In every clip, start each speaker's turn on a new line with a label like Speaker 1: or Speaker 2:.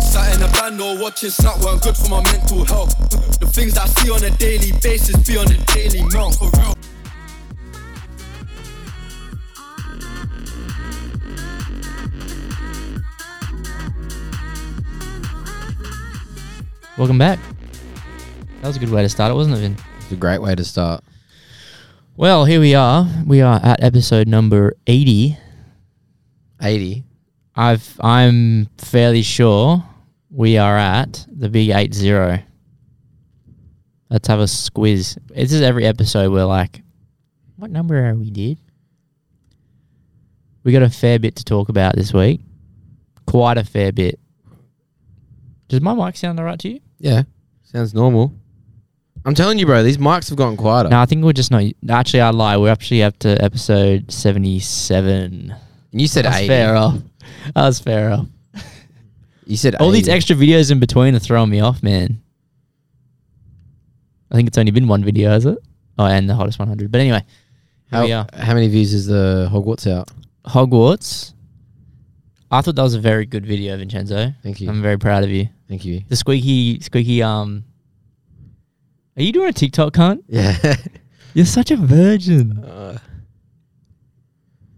Speaker 1: stand or watching snap where I'm good for my mental health. The things that I see on a daily basis be on a daily mount. For real.
Speaker 2: Welcome back. That was a good way to start it, wasn't it, Vin?
Speaker 3: It's a great way to start.
Speaker 2: Well, here we are. We are at episode number 80.
Speaker 3: 80.
Speaker 2: I've I'm fairly sure we are at the big 80. Let's have a squiz. This is every episode we're like, what number are we did? We got a fair bit to talk about this week. Quite a fair bit. Does my mic sound alright to you?
Speaker 3: Yeah. Sounds normal. I'm telling you, bro, these mics have gotten quieter.
Speaker 2: No, I think we're just not. Actually, I lie. We're actually up to episode seventy-seven.
Speaker 3: And you said
Speaker 2: That's
Speaker 3: 80.
Speaker 2: fair off. That was fair off.
Speaker 3: You said
Speaker 2: All these
Speaker 3: 80.
Speaker 2: extra videos in between are throwing me off, man. I think it's only been one video, has it? Oh, and the hottest 100. But anyway, here we
Speaker 3: How,
Speaker 2: are.
Speaker 3: how many views is the Hogwarts out?
Speaker 2: Hogwarts. I thought that was a very good video, Vincenzo.
Speaker 3: Thank you.
Speaker 2: I'm very proud of you.
Speaker 3: Thank you.
Speaker 2: The squeaky, squeaky. Um, are you doing a TikTok, cunt?
Speaker 3: Yeah.
Speaker 2: You're such a virgin.
Speaker 3: uh,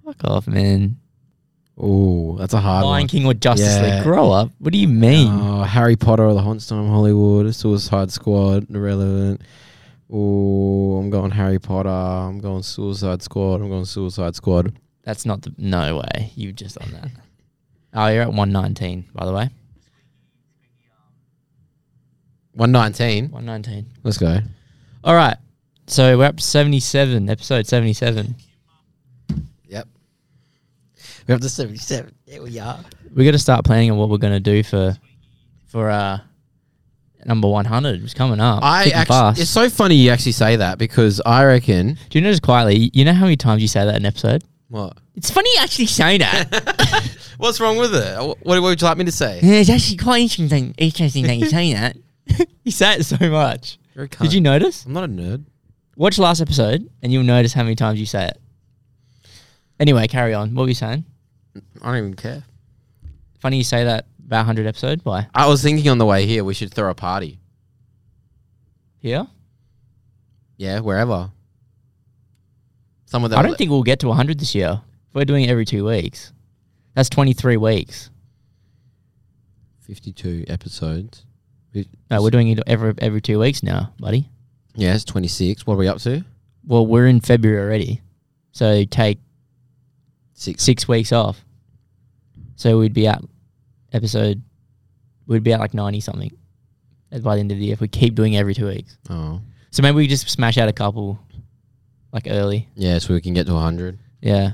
Speaker 2: Fuck off, man.
Speaker 3: oh, that's a hard
Speaker 2: Lion
Speaker 3: one.
Speaker 2: King or Justice
Speaker 3: Yeah.
Speaker 2: League. Grow up. What do you mean?
Speaker 3: Oh, Harry Potter or the Haunts Time Hollywood, Suicide Squad, irrelevant. Oh, I'm going Harry Potter. I'm going Suicide Squad. I'm going Suicide Squad.
Speaker 2: That's not the. No way. You just on that. oh, you're at 119, by the way.
Speaker 3: 119.
Speaker 2: 119.
Speaker 3: Let's go.
Speaker 2: All right. So we're up to 77, episode 77.
Speaker 3: Yep. We have to 77. There we are.
Speaker 2: We got to start planning on what we're going to do for for uh number 100. It's coming up.
Speaker 3: I
Speaker 2: Ticking
Speaker 3: actually,
Speaker 2: fast.
Speaker 3: it's so funny you actually say that because I reckon
Speaker 2: do you know just quietly, you know how many times you say that in an episode?
Speaker 3: what?
Speaker 2: It's funny you actually say that.
Speaker 3: What's wrong with it? What, what would you like me to say?
Speaker 2: Yeah, it's actually quite interesting, interesting that you say that. you say it so much.
Speaker 3: You're a
Speaker 2: Did
Speaker 3: cunt.
Speaker 2: you notice?
Speaker 3: I'm not a nerd.
Speaker 2: Watch last episode and you'll notice how many times you say it. Anyway, carry on. What were you saying?
Speaker 3: I don't even care.
Speaker 2: Funny you say that about 100 episode. Why?
Speaker 3: I was thinking on the way here we should throw a party.
Speaker 2: Here?
Speaker 3: Yeah, wherever. Someone that
Speaker 2: I don't think we'll get to 100 this year. If we're doing it every two weeks, that's 23 weeks.
Speaker 3: 52 episodes.
Speaker 2: No, we're doing it every every two weeks now, buddy.
Speaker 3: Yeah, it's 26. What are we up to?
Speaker 2: Well, we're in February already, so take
Speaker 3: Six.
Speaker 2: six weeks off. So we'd be at episode, we'd be at like 90 something by the end of the year if we keep doing it every two weeks.
Speaker 3: Oh.
Speaker 2: So maybe we just smash out a couple, like early.
Speaker 3: Yeah, so we can get to 100.
Speaker 2: Yeah,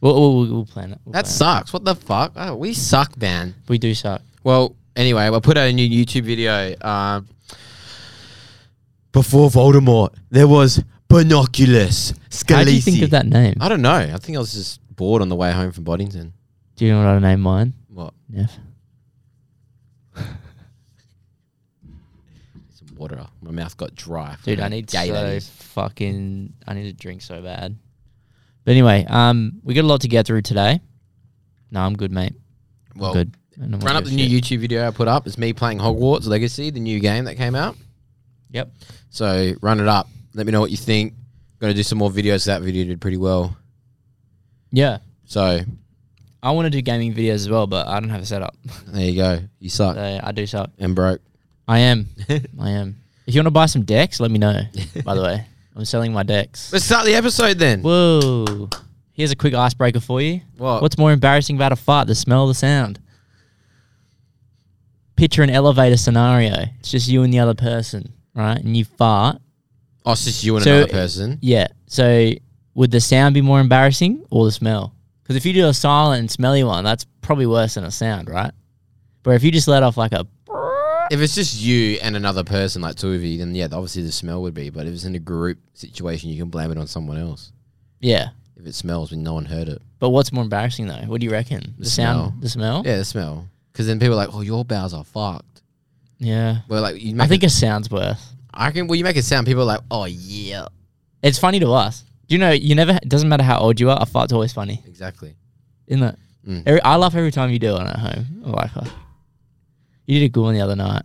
Speaker 2: we'll we'll, we'll plan it. We'll
Speaker 3: That
Speaker 2: plan it.
Speaker 3: sucks. What the fuck? Oh, we suck, man.
Speaker 2: we do suck.
Speaker 3: Well, anyway, I put out a new YouTube video. Um, before Voldemort, there was Binoculus. Scalisi.
Speaker 2: How do you think of that name?
Speaker 3: I don't know. I think I was just bored on the way home from Boddington.
Speaker 2: Do you know what I name mine?
Speaker 3: What?
Speaker 2: Neff.
Speaker 3: Some water. My mouth got dry. from
Speaker 2: Dude,
Speaker 3: how
Speaker 2: I need
Speaker 3: gay that
Speaker 2: so
Speaker 3: is.
Speaker 2: fucking. I need a drink so bad. But anyway, um, we got a lot to get through today. No, I'm good, mate. I'm
Speaker 3: Well,
Speaker 2: good. I don't wanna
Speaker 3: Run up
Speaker 2: give
Speaker 3: the
Speaker 2: a
Speaker 3: new
Speaker 2: shit.
Speaker 3: YouTube video I put up. It's me playing Hogwarts Legacy, the new game that came out.
Speaker 2: Yep.
Speaker 3: So run it up. Let me know what you think. Gonna do some more videos. That video did pretty well.
Speaker 2: Yeah,
Speaker 3: So
Speaker 2: I want to do gaming videos as well, but I don't have a setup.
Speaker 3: there you go. You suck
Speaker 2: so I do suck.
Speaker 3: and broke.
Speaker 2: I am. I am. If you want to buy some decks, let me know. By the way, I'm selling my decks.
Speaker 3: Let's start the episode then.
Speaker 2: Whoa. Here's a quick icebreaker for you.
Speaker 3: What?
Speaker 2: What's more embarrassing about a fart, the smell or the sound? Picture an elevator scenario. It's just you and the other person, right? And you fart.
Speaker 3: Oh, it's just you and
Speaker 2: So-
Speaker 3: another person.
Speaker 2: Yeah. So would the sound be more embarrassing or the smell? Because if you do a silent and smelly one, that's probably worse than a sound, right? But if you just let off like a
Speaker 3: If it's just you and another person, like two of you, then yeah, obviously the smell would be. But if it's in a group situation, you can blame it on someone else.
Speaker 2: yeah.
Speaker 3: If it smells when no one heard it,
Speaker 2: But what's more embarrassing though? What do you reckon? The, sound,
Speaker 3: smell.
Speaker 2: the smell.
Speaker 3: yeah, the smell. Because then people are like, "Oh, your bowels are fucked."
Speaker 2: Yeah.
Speaker 3: Well, like you make
Speaker 2: I think
Speaker 3: it,
Speaker 2: a sound's worse.
Speaker 3: I can. Well, you make it sound. People are like, "Oh yeah."
Speaker 2: It's funny to us. Do you know? You never. It doesn't matter how old you are. A fart's always funny.
Speaker 3: Exactly.
Speaker 2: isn't it?
Speaker 3: Mm.
Speaker 2: Every, I laugh every time you do it at home. I like, oh. You did a good one the other night.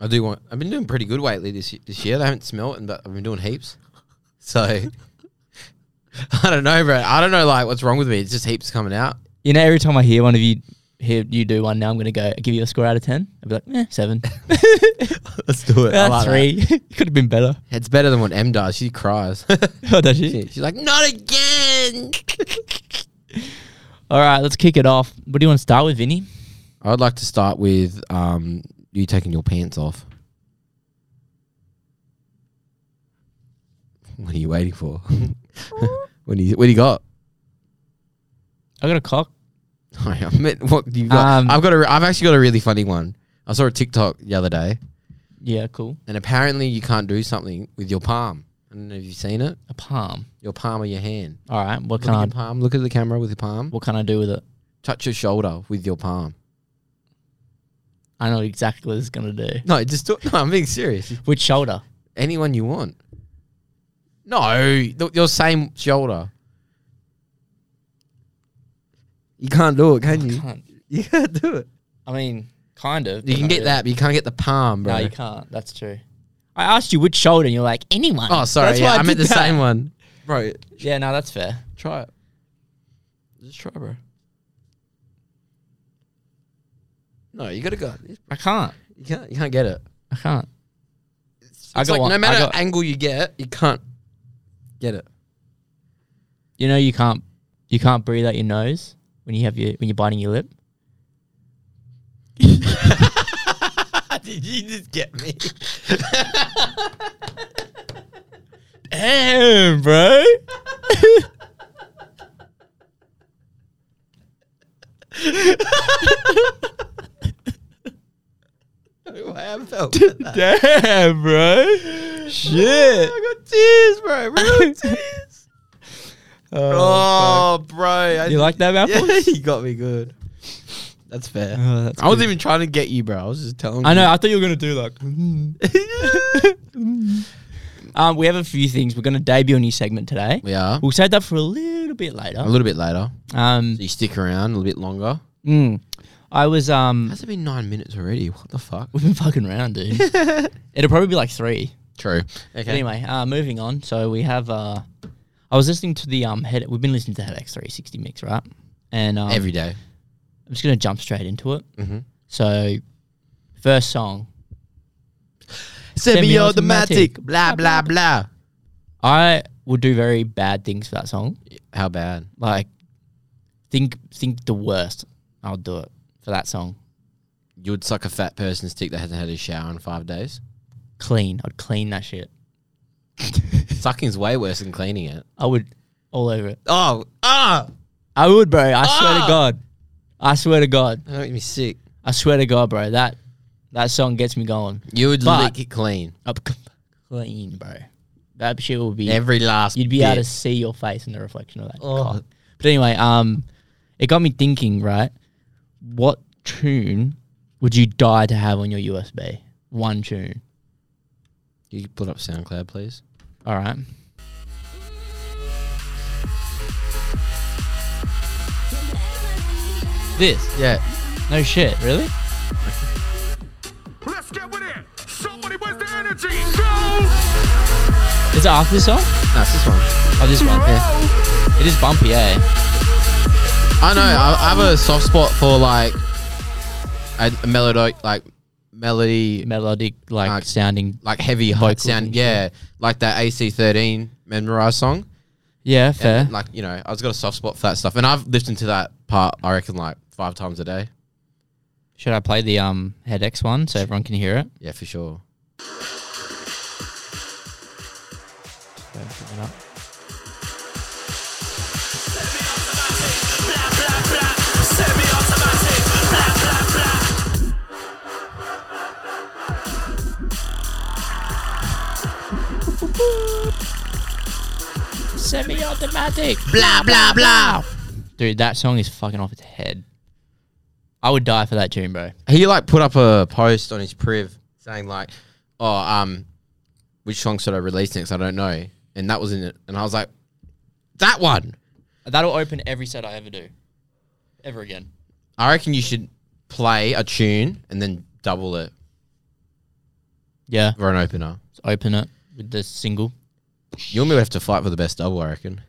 Speaker 3: I do want. I've been doing pretty good lately this y- this year. They haven't smelt, but I've been doing heaps. So I don't know, bro. I don't know, like what's wrong with me. It's just heaps coming out.
Speaker 2: You know, every time I hear one of you hear you do one now, I'm gonna go give you a score out of ten. I'll be like, eh, seven.
Speaker 3: Let's do it. I
Speaker 2: Ah,
Speaker 3: like that.
Speaker 2: three. Could have been better.
Speaker 3: It's better than what M does. She cries.
Speaker 2: Oh, does she?
Speaker 3: She's like, not again.
Speaker 2: All right, let's kick it off. What do you want to start with, Vinny?
Speaker 3: I'd like to start with um, you taking your pants off. What are you waiting for? what do you what do you got?
Speaker 2: I got a cock.
Speaker 3: I meant what do you got?
Speaker 2: Um,
Speaker 3: I've got a re- I've actually got a really funny one. I saw a TikTok the other day,
Speaker 2: Yeah, cool.
Speaker 3: and apparently you can't do something with your palm. I don't know if you've seen it.
Speaker 2: A palm.
Speaker 3: Your palm or your hand.
Speaker 2: All right, what
Speaker 3: Look at your
Speaker 2: can I?
Speaker 3: palm. Look at the camera with your palm.
Speaker 2: What can I do with it?
Speaker 3: Touch your shoulder with your palm.
Speaker 2: I know exactly what it's gonna do.
Speaker 3: No, just do- no. I'm being serious.
Speaker 2: Which shoulder?
Speaker 3: Anyone you want. No, th- your same shoulder. You can't do it, can you?
Speaker 2: Can't.
Speaker 3: You can't do it.
Speaker 2: I mean, kind of. but
Speaker 3: You can
Speaker 2: not
Speaker 3: get
Speaker 2: really.
Speaker 3: that, but you can't get the palm, bro.
Speaker 2: No, you can't. That's true. I asked you which shoulder, and you're like anyone.
Speaker 3: Oh, sorry.
Speaker 2: That's
Speaker 3: yeah,
Speaker 2: why
Speaker 3: I, meant
Speaker 2: did
Speaker 3: the
Speaker 2: that.
Speaker 3: same one, bro.
Speaker 2: Yeah, no, that's fair.
Speaker 3: Try it. Just try, bro. No, you gotta go.
Speaker 2: I can't.
Speaker 3: You can't. You can't get it.
Speaker 2: I can't.
Speaker 3: It's
Speaker 2: I got
Speaker 3: like
Speaker 2: one.
Speaker 3: no
Speaker 2: I
Speaker 3: matter
Speaker 2: got-
Speaker 3: angle you get, you can't get it.
Speaker 2: You know, you can't. You can't breathe out your nose when you have your when you're biting your lip.
Speaker 3: Did you just get me?
Speaker 2: Damn, bro.
Speaker 3: I felt that.
Speaker 2: Damn, bro. Shit.
Speaker 3: I got tears, bro. Real tears. oh, bro. I-
Speaker 2: You like that mouthful?
Speaker 3: Yeah, you got me good. That's fair.
Speaker 2: Oh, that's
Speaker 3: I wasn't
Speaker 2: good.
Speaker 3: even trying to get you, bro. I was just telling.
Speaker 2: I
Speaker 3: you.
Speaker 2: know. I thought you were gonna do like. um, we have a few things. We're gonna debut a new segment today.
Speaker 3: we are
Speaker 2: We'll save that for a little bit
Speaker 3: a
Speaker 2: later.
Speaker 3: little bit later.
Speaker 2: Um,
Speaker 3: So you stick around a little bit longer.
Speaker 2: mm, I was um,
Speaker 3: Has it been nine minutes already? What the fuck?
Speaker 2: we've been fucking around, dude. It'll probably be like three.
Speaker 3: True. Okay.
Speaker 2: But Anyway, uh, moving on. So we have. Uh, I was listening to the um head. We've been listening to Headaches 360 mix, right? And um,
Speaker 3: Every day.
Speaker 2: I'm just gonna jump straight into it.
Speaker 3: Mm-hmm.
Speaker 2: So, first song.
Speaker 3: Semi-automatic.
Speaker 2: Semi-automatic.
Speaker 3: Blah blah blah.
Speaker 2: I would do very bad things for that song.
Speaker 3: How bad?
Speaker 2: Like, think think the worst. I'll do it for that song.
Speaker 3: You would suck a fat person's dick that hasn't had a shower in five days.
Speaker 2: Clean. I'd clean that shit.
Speaker 3: Sucking's way worse than cleaning it.
Speaker 2: I would all over it.
Speaker 3: Oh, ah!
Speaker 2: I would, bro. I swear
Speaker 3: Ah!
Speaker 2: to God. I swear to God.
Speaker 3: That made me sick.
Speaker 2: I swear to God, bro. That that song gets me going.
Speaker 3: You would
Speaker 2: But-
Speaker 3: lick it clean.
Speaker 2: Up clean, bro. That shit will be.
Speaker 3: Every last.
Speaker 2: You'd be
Speaker 3: bit.
Speaker 2: able to see your face in the reflection of that.
Speaker 3: Oh.
Speaker 2: cock. But anyway, um, it got me thinking. Right, what tune would you die to have on your USB? One tune.
Speaker 3: You put up SoundCloud, please.
Speaker 2: All right. This.
Speaker 3: Yeah.
Speaker 2: No shit. Really?
Speaker 4: Let's get with it. Somebody where's the energy? Go!
Speaker 2: Is it after this song?
Speaker 3: That's this one.
Speaker 2: Oh, this one. It is bumpy, eh?
Speaker 3: I know. I, I have a soft spot for like a, a melody, like melody,
Speaker 2: Melodic, like
Speaker 3: Uh,
Speaker 2: sounding.
Speaker 3: like heavy high
Speaker 2: Vocals
Speaker 3: sound.
Speaker 2: and
Speaker 3: Yeah, like that AC13 memorize song.
Speaker 2: Yeah, fair.
Speaker 3: And, like you know, I've got a soft spot for that stuff, and I've listened to that part. I reckon like five times a day.
Speaker 2: Should I play the um Head X one so everyone can hear it?
Speaker 3: Yeah, for sure.
Speaker 2: Semi-automatic.
Speaker 3: Blah blah blah.
Speaker 2: Dude, that song is fucking off its head. I would die for that tune, bro.
Speaker 3: He like put up a post on his priv saying like, "Oh, um, which song should I release next? I don't know." And that was in it, and I was like, "That one."
Speaker 2: That'll open every set I ever do, ever again.
Speaker 3: I reckon you should play a tune and then double it
Speaker 2: Yeah.
Speaker 3: for an opener.
Speaker 2: Let's open it with the single.
Speaker 3: You and me would have to fight for the best double, I reckon.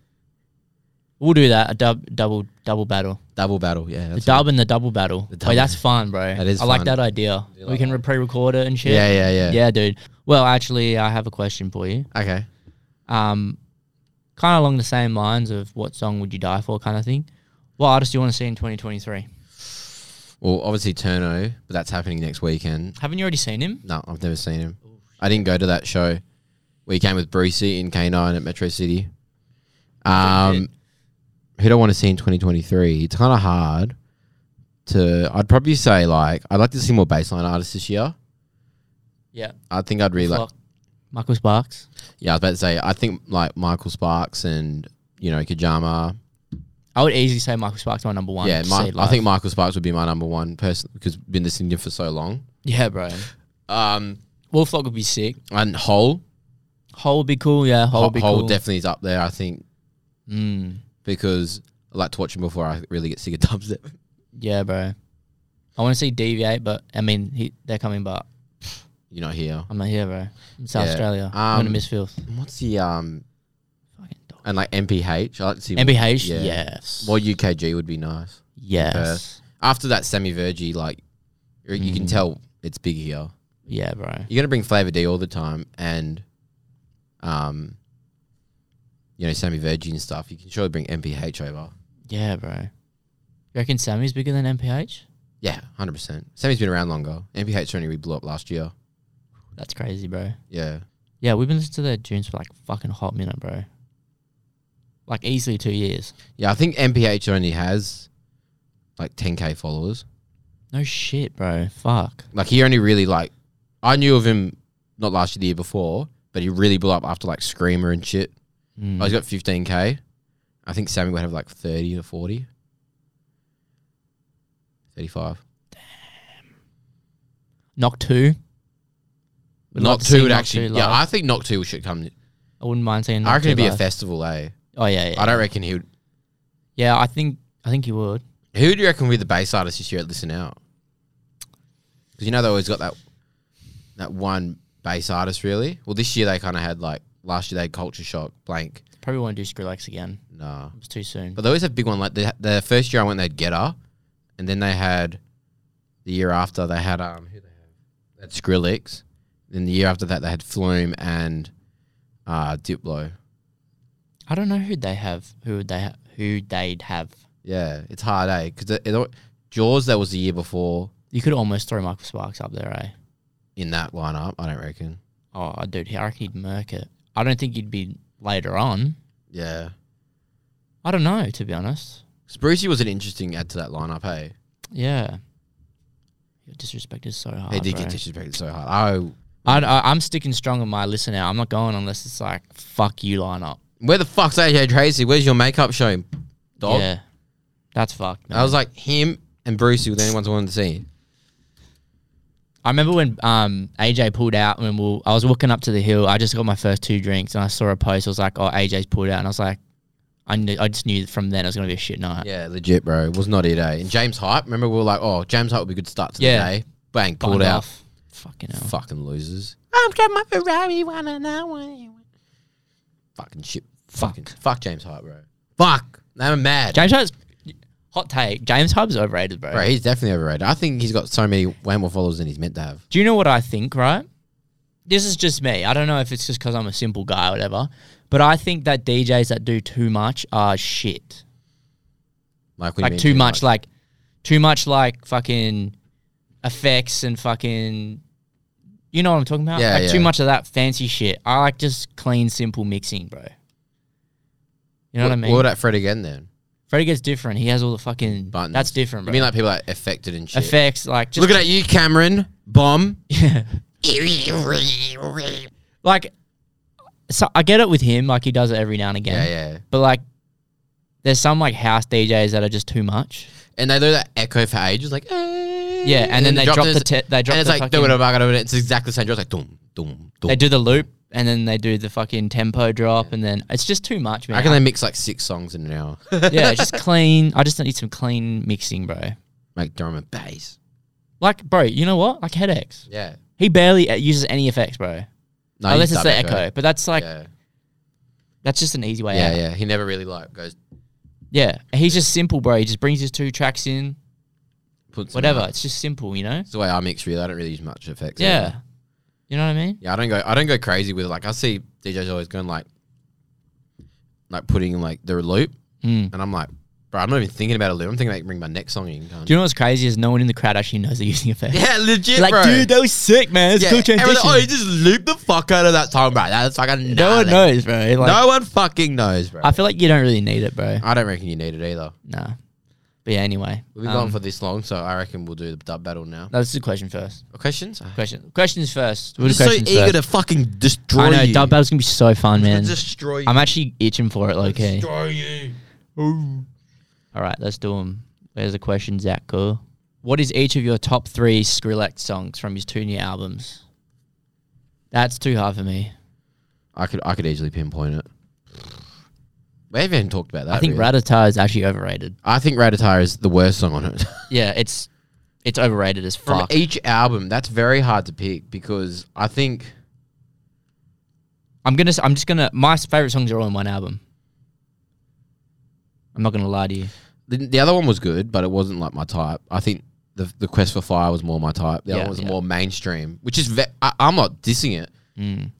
Speaker 2: We'll do that. A dub, double, double battle.
Speaker 3: Double battle, yeah.
Speaker 2: The
Speaker 3: that's
Speaker 2: dub and the double battle.
Speaker 3: The
Speaker 2: Wait,
Speaker 3: double-
Speaker 2: that's fun, bro.
Speaker 3: That is
Speaker 2: I like
Speaker 3: fun.
Speaker 2: that idea.
Speaker 3: do
Speaker 2: we
Speaker 3: like
Speaker 2: can re- pre-record it and
Speaker 3: it.
Speaker 2: shit.
Speaker 3: Yeah, yeah, yeah,
Speaker 2: Yeah, dude. Well, actually, I have a question for you.
Speaker 3: Okay.
Speaker 2: Um, kind of along the same lines of what song would you die for, kind of thing. What artist do you want to see in 2023?
Speaker 3: Well, obviously Turno, but that's happening next weekend.
Speaker 2: Haven't you already seen him?
Speaker 3: No, I've never seen him. I didn't go to that show. We came with Brucey in K9 at Metro City. Um, who do I want to see in 2023? It's kind of hard to. I'd probably say like I'd like to see more baseline artists this year.
Speaker 2: Yeah.
Speaker 3: I think I'd really like.
Speaker 2: Fuck. Michael Sparks.
Speaker 3: Yeah, I was about to say I think like Michael Sparks and you know Kajama.
Speaker 2: I would easily say Michael Sparks my number one.
Speaker 3: yeah,
Speaker 2: to
Speaker 3: my,
Speaker 2: see
Speaker 3: I
Speaker 2: live.
Speaker 3: think Michael Sparks would be my number one person because I've been listening to him for so long.
Speaker 2: yeah, bro.
Speaker 3: Um,
Speaker 2: Wolflock would be sick.
Speaker 3: and Hole,
Speaker 2: Hole would be cool. Yeah, Hole
Speaker 3: Hole,
Speaker 2: would be cool.
Speaker 3: definitely is up there. I think
Speaker 2: mm,
Speaker 3: because I like to watch him before I really get sick of dubstep.
Speaker 2: yeah, bro. I want to see Deviate, but I mean he, they're coming, but
Speaker 3: You're not here.
Speaker 2: I'm not here, bro. I'm South
Speaker 3: Yeah.
Speaker 2: Australia. I'm gonna
Speaker 3: Um,
Speaker 2: miss Fields.
Speaker 3: And What's the um
Speaker 2: Fucking dog.
Speaker 3: and like MPH? I like to see
Speaker 2: MBH.
Speaker 3: yeah.
Speaker 2: Yes.
Speaker 3: More UKG would be nice.
Speaker 2: yes.
Speaker 3: After that semi vergy, like you you can
Speaker 2: Mm.
Speaker 3: tell it's big here.
Speaker 2: Yeah, bro.
Speaker 3: You're gonna bring Flavor D all the time, and um, you know semi vergy and stuff. You can surely bring MPH over.
Speaker 2: Yeah, bro. You reckon Sammy's bigger than MPH?
Speaker 3: Yeah, hundred percent. Semi's been around longer. MPH only really blew up last year.
Speaker 2: That's crazy, bro.
Speaker 3: Yeah,
Speaker 2: Yeah, we've been listening to their tunes for like fucking hot minute, bro. Like easily two years.
Speaker 3: yeah. I think MPH only has like 10k followers.
Speaker 2: No shit, bro. Fuck.
Speaker 3: Like he only really like I knew of him not last year, the year before, but he really blew up after like Screamer and shit.
Speaker 2: Mm.
Speaker 3: Oh, he's got fifteen K. I think Sammy would have like thirty to forty. Thirty five.
Speaker 2: Knock two. We'd love
Speaker 3: Knock
Speaker 2: to
Speaker 3: two
Speaker 2: see
Speaker 3: would
Speaker 2: Knock
Speaker 3: actually
Speaker 2: Two
Speaker 3: Yeah,
Speaker 2: live.
Speaker 3: I think Knock Two should come
Speaker 2: I wouldn't mind seeing.
Speaker 3: I reckon
Speaker 2: Knock
Speaker 3: it'd
Speaker 2: Two
Speaker 3: be a
Speaker 2: live.
Speaker 3: festival, eh?
Speaker 2: Oh yeah, yeah.
Speaker 3: I don't reckon he would
Speaker 2: yeah, I think I think you would.
Speaker 3: who do you reckon would be the bass artist this year at Listen Out? Because you know they always got that that one bass artist really. Well this year they kinda had like last year they had culture shock, blank.
Speaker 2: Probably won't do Skrillex again.
Speaker 3: Nah.
Speaker 2: It was too soon.
Speaker 3: But they always have big one. Like the, the first year I went, they had Getter, and then they had the year after they had um who they had they had Skrillex. Then the year after that they had Flume and uh Diplo.
Speaker 2: I don't know who they have. Who would they ha- who they'd have?
Speaker 3: Yeah, it's hard, eh? Because Jaws that was the year before
Speaker 2: You could almost throw Michael Sparks up there, eh?
Speaker 3: in that lineup. I don't reckon.
Speaker 2: Oh, dude, I reckon he'd murk it. I don't think he'd be later on.
Speaker 3: Yeah,
Speaker 2: I don't know, to be honest.
Speaker 3: 'Cause Brucey was an interesting add to that lineup. Hey,
Speaker 2: Yeah. Your disrespect is so hard.
Speaker 3: they did
Speaker 2: bro.
Speaker 3: get disrespected so hard. Oh,
Speaker 2: I, I, I'm sticking strong on my listen out. I'm not going unless it's like, fuck you lineup.
Speaker 3: where the fuck's AJ Tracy? Where's your makeup show, dog?
Speaker 2: Yeah. That's fucked, man.
Speaker 3: I was like him and Brucey were the only ones I wanted to see.
Speaker 2: I remember when um, AJ pulled out when we I was walking up to the hill. I just got my first two drinks and I saw a post. I was like, oh, AJ's pulled out. And I was like, I, knew, I just knew from then it was going to be a shit night.
Speaker 3: Yeah, legit, bro. It was not it, eh? And James Hype, remember we were like, oh, James Hype would be a good start to
Speaker 2: Yeah.
Speaker 3: the day. Bang,
Speaker 2: Bummed
Speaker 3: pulled out.
Speaker 2: off. Fucking hell.
Speaker 3: Fucking losers. I'm driving my Ferrari, wanna know what you want. Fucking shit. Fucking fuck James Hype, bro. Fuck. I'm mad.
Speaker 2: James Hype's hot take. James Hype's overrated, bro.
Speaker 3: bro, he's definitely overrated. I think he's got so many way more followers than he's meant to have.
Speaker 2: Do you know what I think, right? This is just me. I don't know if it's just because I'm a simple guy or whatever, but I think that DJs that do too much are shit.
Speaker 3: Like, what do you
Speaker 2: Like
Speaker 3: mean
Speaker 2: too much, like too much, like fucking effects and fucking. You know what I'm talking about?
Speaker 3: Yeah,
Speaker 2: like too
Speaker 3: yeah.
Speaker 2: much of that fancy shit. I like just clean, simple mixing, bro. You know what, I mean?
Speaker 3: What about Fred again then?
Speaker 2: Freddie gets different. He has all the fucking.
Speaker 3: Buttons.
Speaker 2: That's different,
Speaker 3: I
Speaker 2: bro.
Speaker 3: mean, like people like affected and shit.
Speaker 2: effects, like just
Speaker 3: Look at you, Cameron. Bomb.
Speaker 2: Yeah. like, so I get it with him. Like he does it every now and again.
Speaker 3: Yeah, yeah.
Speaker 2: But like, there's some like house DJs that are just too much.
Speaker 3: And they do that echo for ages, like,
Speaker 2: Yeah, and, then, they drop the
Speaker 3: this-
Speaker 2: te- they drop
Speaker 3: and it's
Speaker 2: the
Speaker 3: like,
Speaker 2: fucking,
Speaker 3: do it, I gotta do it. It's exactly the same drill. It's like, dum, dum, dum.
Speaker 2: they do the loop and then they do the fucking tempo drop and then it's just too much,
Speaker 3: I reckon
Speaker 2: man.
Speaker 3: they mix like six songs in an hour.
Speaker 2: yeah, just clean. I just need some clean mixing, bro.
Speaker 3: Make drum and bass.
Speaker 2: Like, bro, you know what? Like headaches.
Speaker 3: Yeah.
Speaker 2: He barely uh, uses any effects, bro.
Speaker 3: No,
Speaker 2: Unless
Speaker 3: he's
Speaker 2: it's the
Speaker 3: done it,
Speaker 2: echo, but that's like
Speaker 3: yeah.
Speaker 2: that's just an easy way
Speaker 3: yeah,
Speaker 2: out.
Speaker 3: yeah. He never really like goes
Speaker 2: Yeah. he's just simple, bro. He just brings his two tracks in,
Speaker 3: puts them
Speaker 2: whatever.
Speaker 3: out.
Speaker 2: It's just simple, you know.
Speaker 3: It's the way I mix really. I don't really use much effects.
Speaker 2: Yeah,
Speaker 3: either.
Speaker 2: you know what I mean.
Speaker 3: Yeah, I don't go. I don't go crazy with it. Like I see DJs always going like, like putting like the loop,
Speaker 2: Mm.
Speaker 3: and I'm like, bro, I'm not even thinking about a loop. I'm thinking like bring my next song in. cunt."
Speaker 2: Do you know what's crazy is no one in the crowd actually knows they're using effects.
Speaker 3: yeah, legit,
Speaker 2: like,
Speaker 3: bro.
Speaker 2: dude, that was sick, man. It's
Speaker 3: yeah,
Speaker 2: a cool transition.
Speaker 3: everyone- oh, you just loop the fuck out of that song, bro. That's fucking
Speaker 2: no one
Speaker 3: gnarly.
Speaker 2: knows, bro. Like,
Speaker 3: no one fucking knows, bro.
Speaker 2: I feel like you don't really need it, bro.
Speaker 3: I don't reckon you need it either.
Speaker 2: Nah. But yeah, anyway.
Speaker 3: We've been
Speaker 2: um,
Speaker 3: going for this long, so I reckon we'll do the dub battle now.
Speaker 2: No, let's do question first.
Speaker 3: Questions?
Speaker 2: Question. Questions first. We'll
Speaker 3: I'm
Speaker 2: do
Speaker 3: so
Speaker 2: questions
Speaker 3: eager
Speaker 2: first.
Speaker 3: to fucking destroy
Speaker 2: I know,
Speaker 3: you.
Speaker 2: dub battle's gonna be so fun, man.
Speaker 3: Destroy you.
Speaker 2: I'm actually itching for it, like, okay.
Speaker 3: Destroy you.
Speaker 2: All right, let's do them. There's a question, Zach. Cool. What is each of your top three Skrillex songs from his two new albums? That's too hard for me.
Speaker 3: I could I could easily pinpoint it. We haven't even talked about that.
Speaker 2: I think
Speaker 3: really.
Speaker 2: Ratata is actually overrated.
Speaker 3: I think Ratatouille is the worst song on it.
Speaker 2: Yeah, it's it's overrated as
Speaker 3: From
Speaker 2: fuck.
Speaker 3: each album, that's very hard to pick because I think
Speaker 2: I'm gonna. s- I'm just gonna. My s- favorite songs are all in one album. I'm not gonna lie to you.
Speaker 3: the, the other one was good, but it wasn't like my type. I think the the Quest for Fire was more my type. The
Speaker 2: Yeah,
Speaker 3: other one was
Speaker 2: yeah.
Speaker 3: more mainstream, which is ve- I, I'm not dissing it.
Speaker 2: Mm.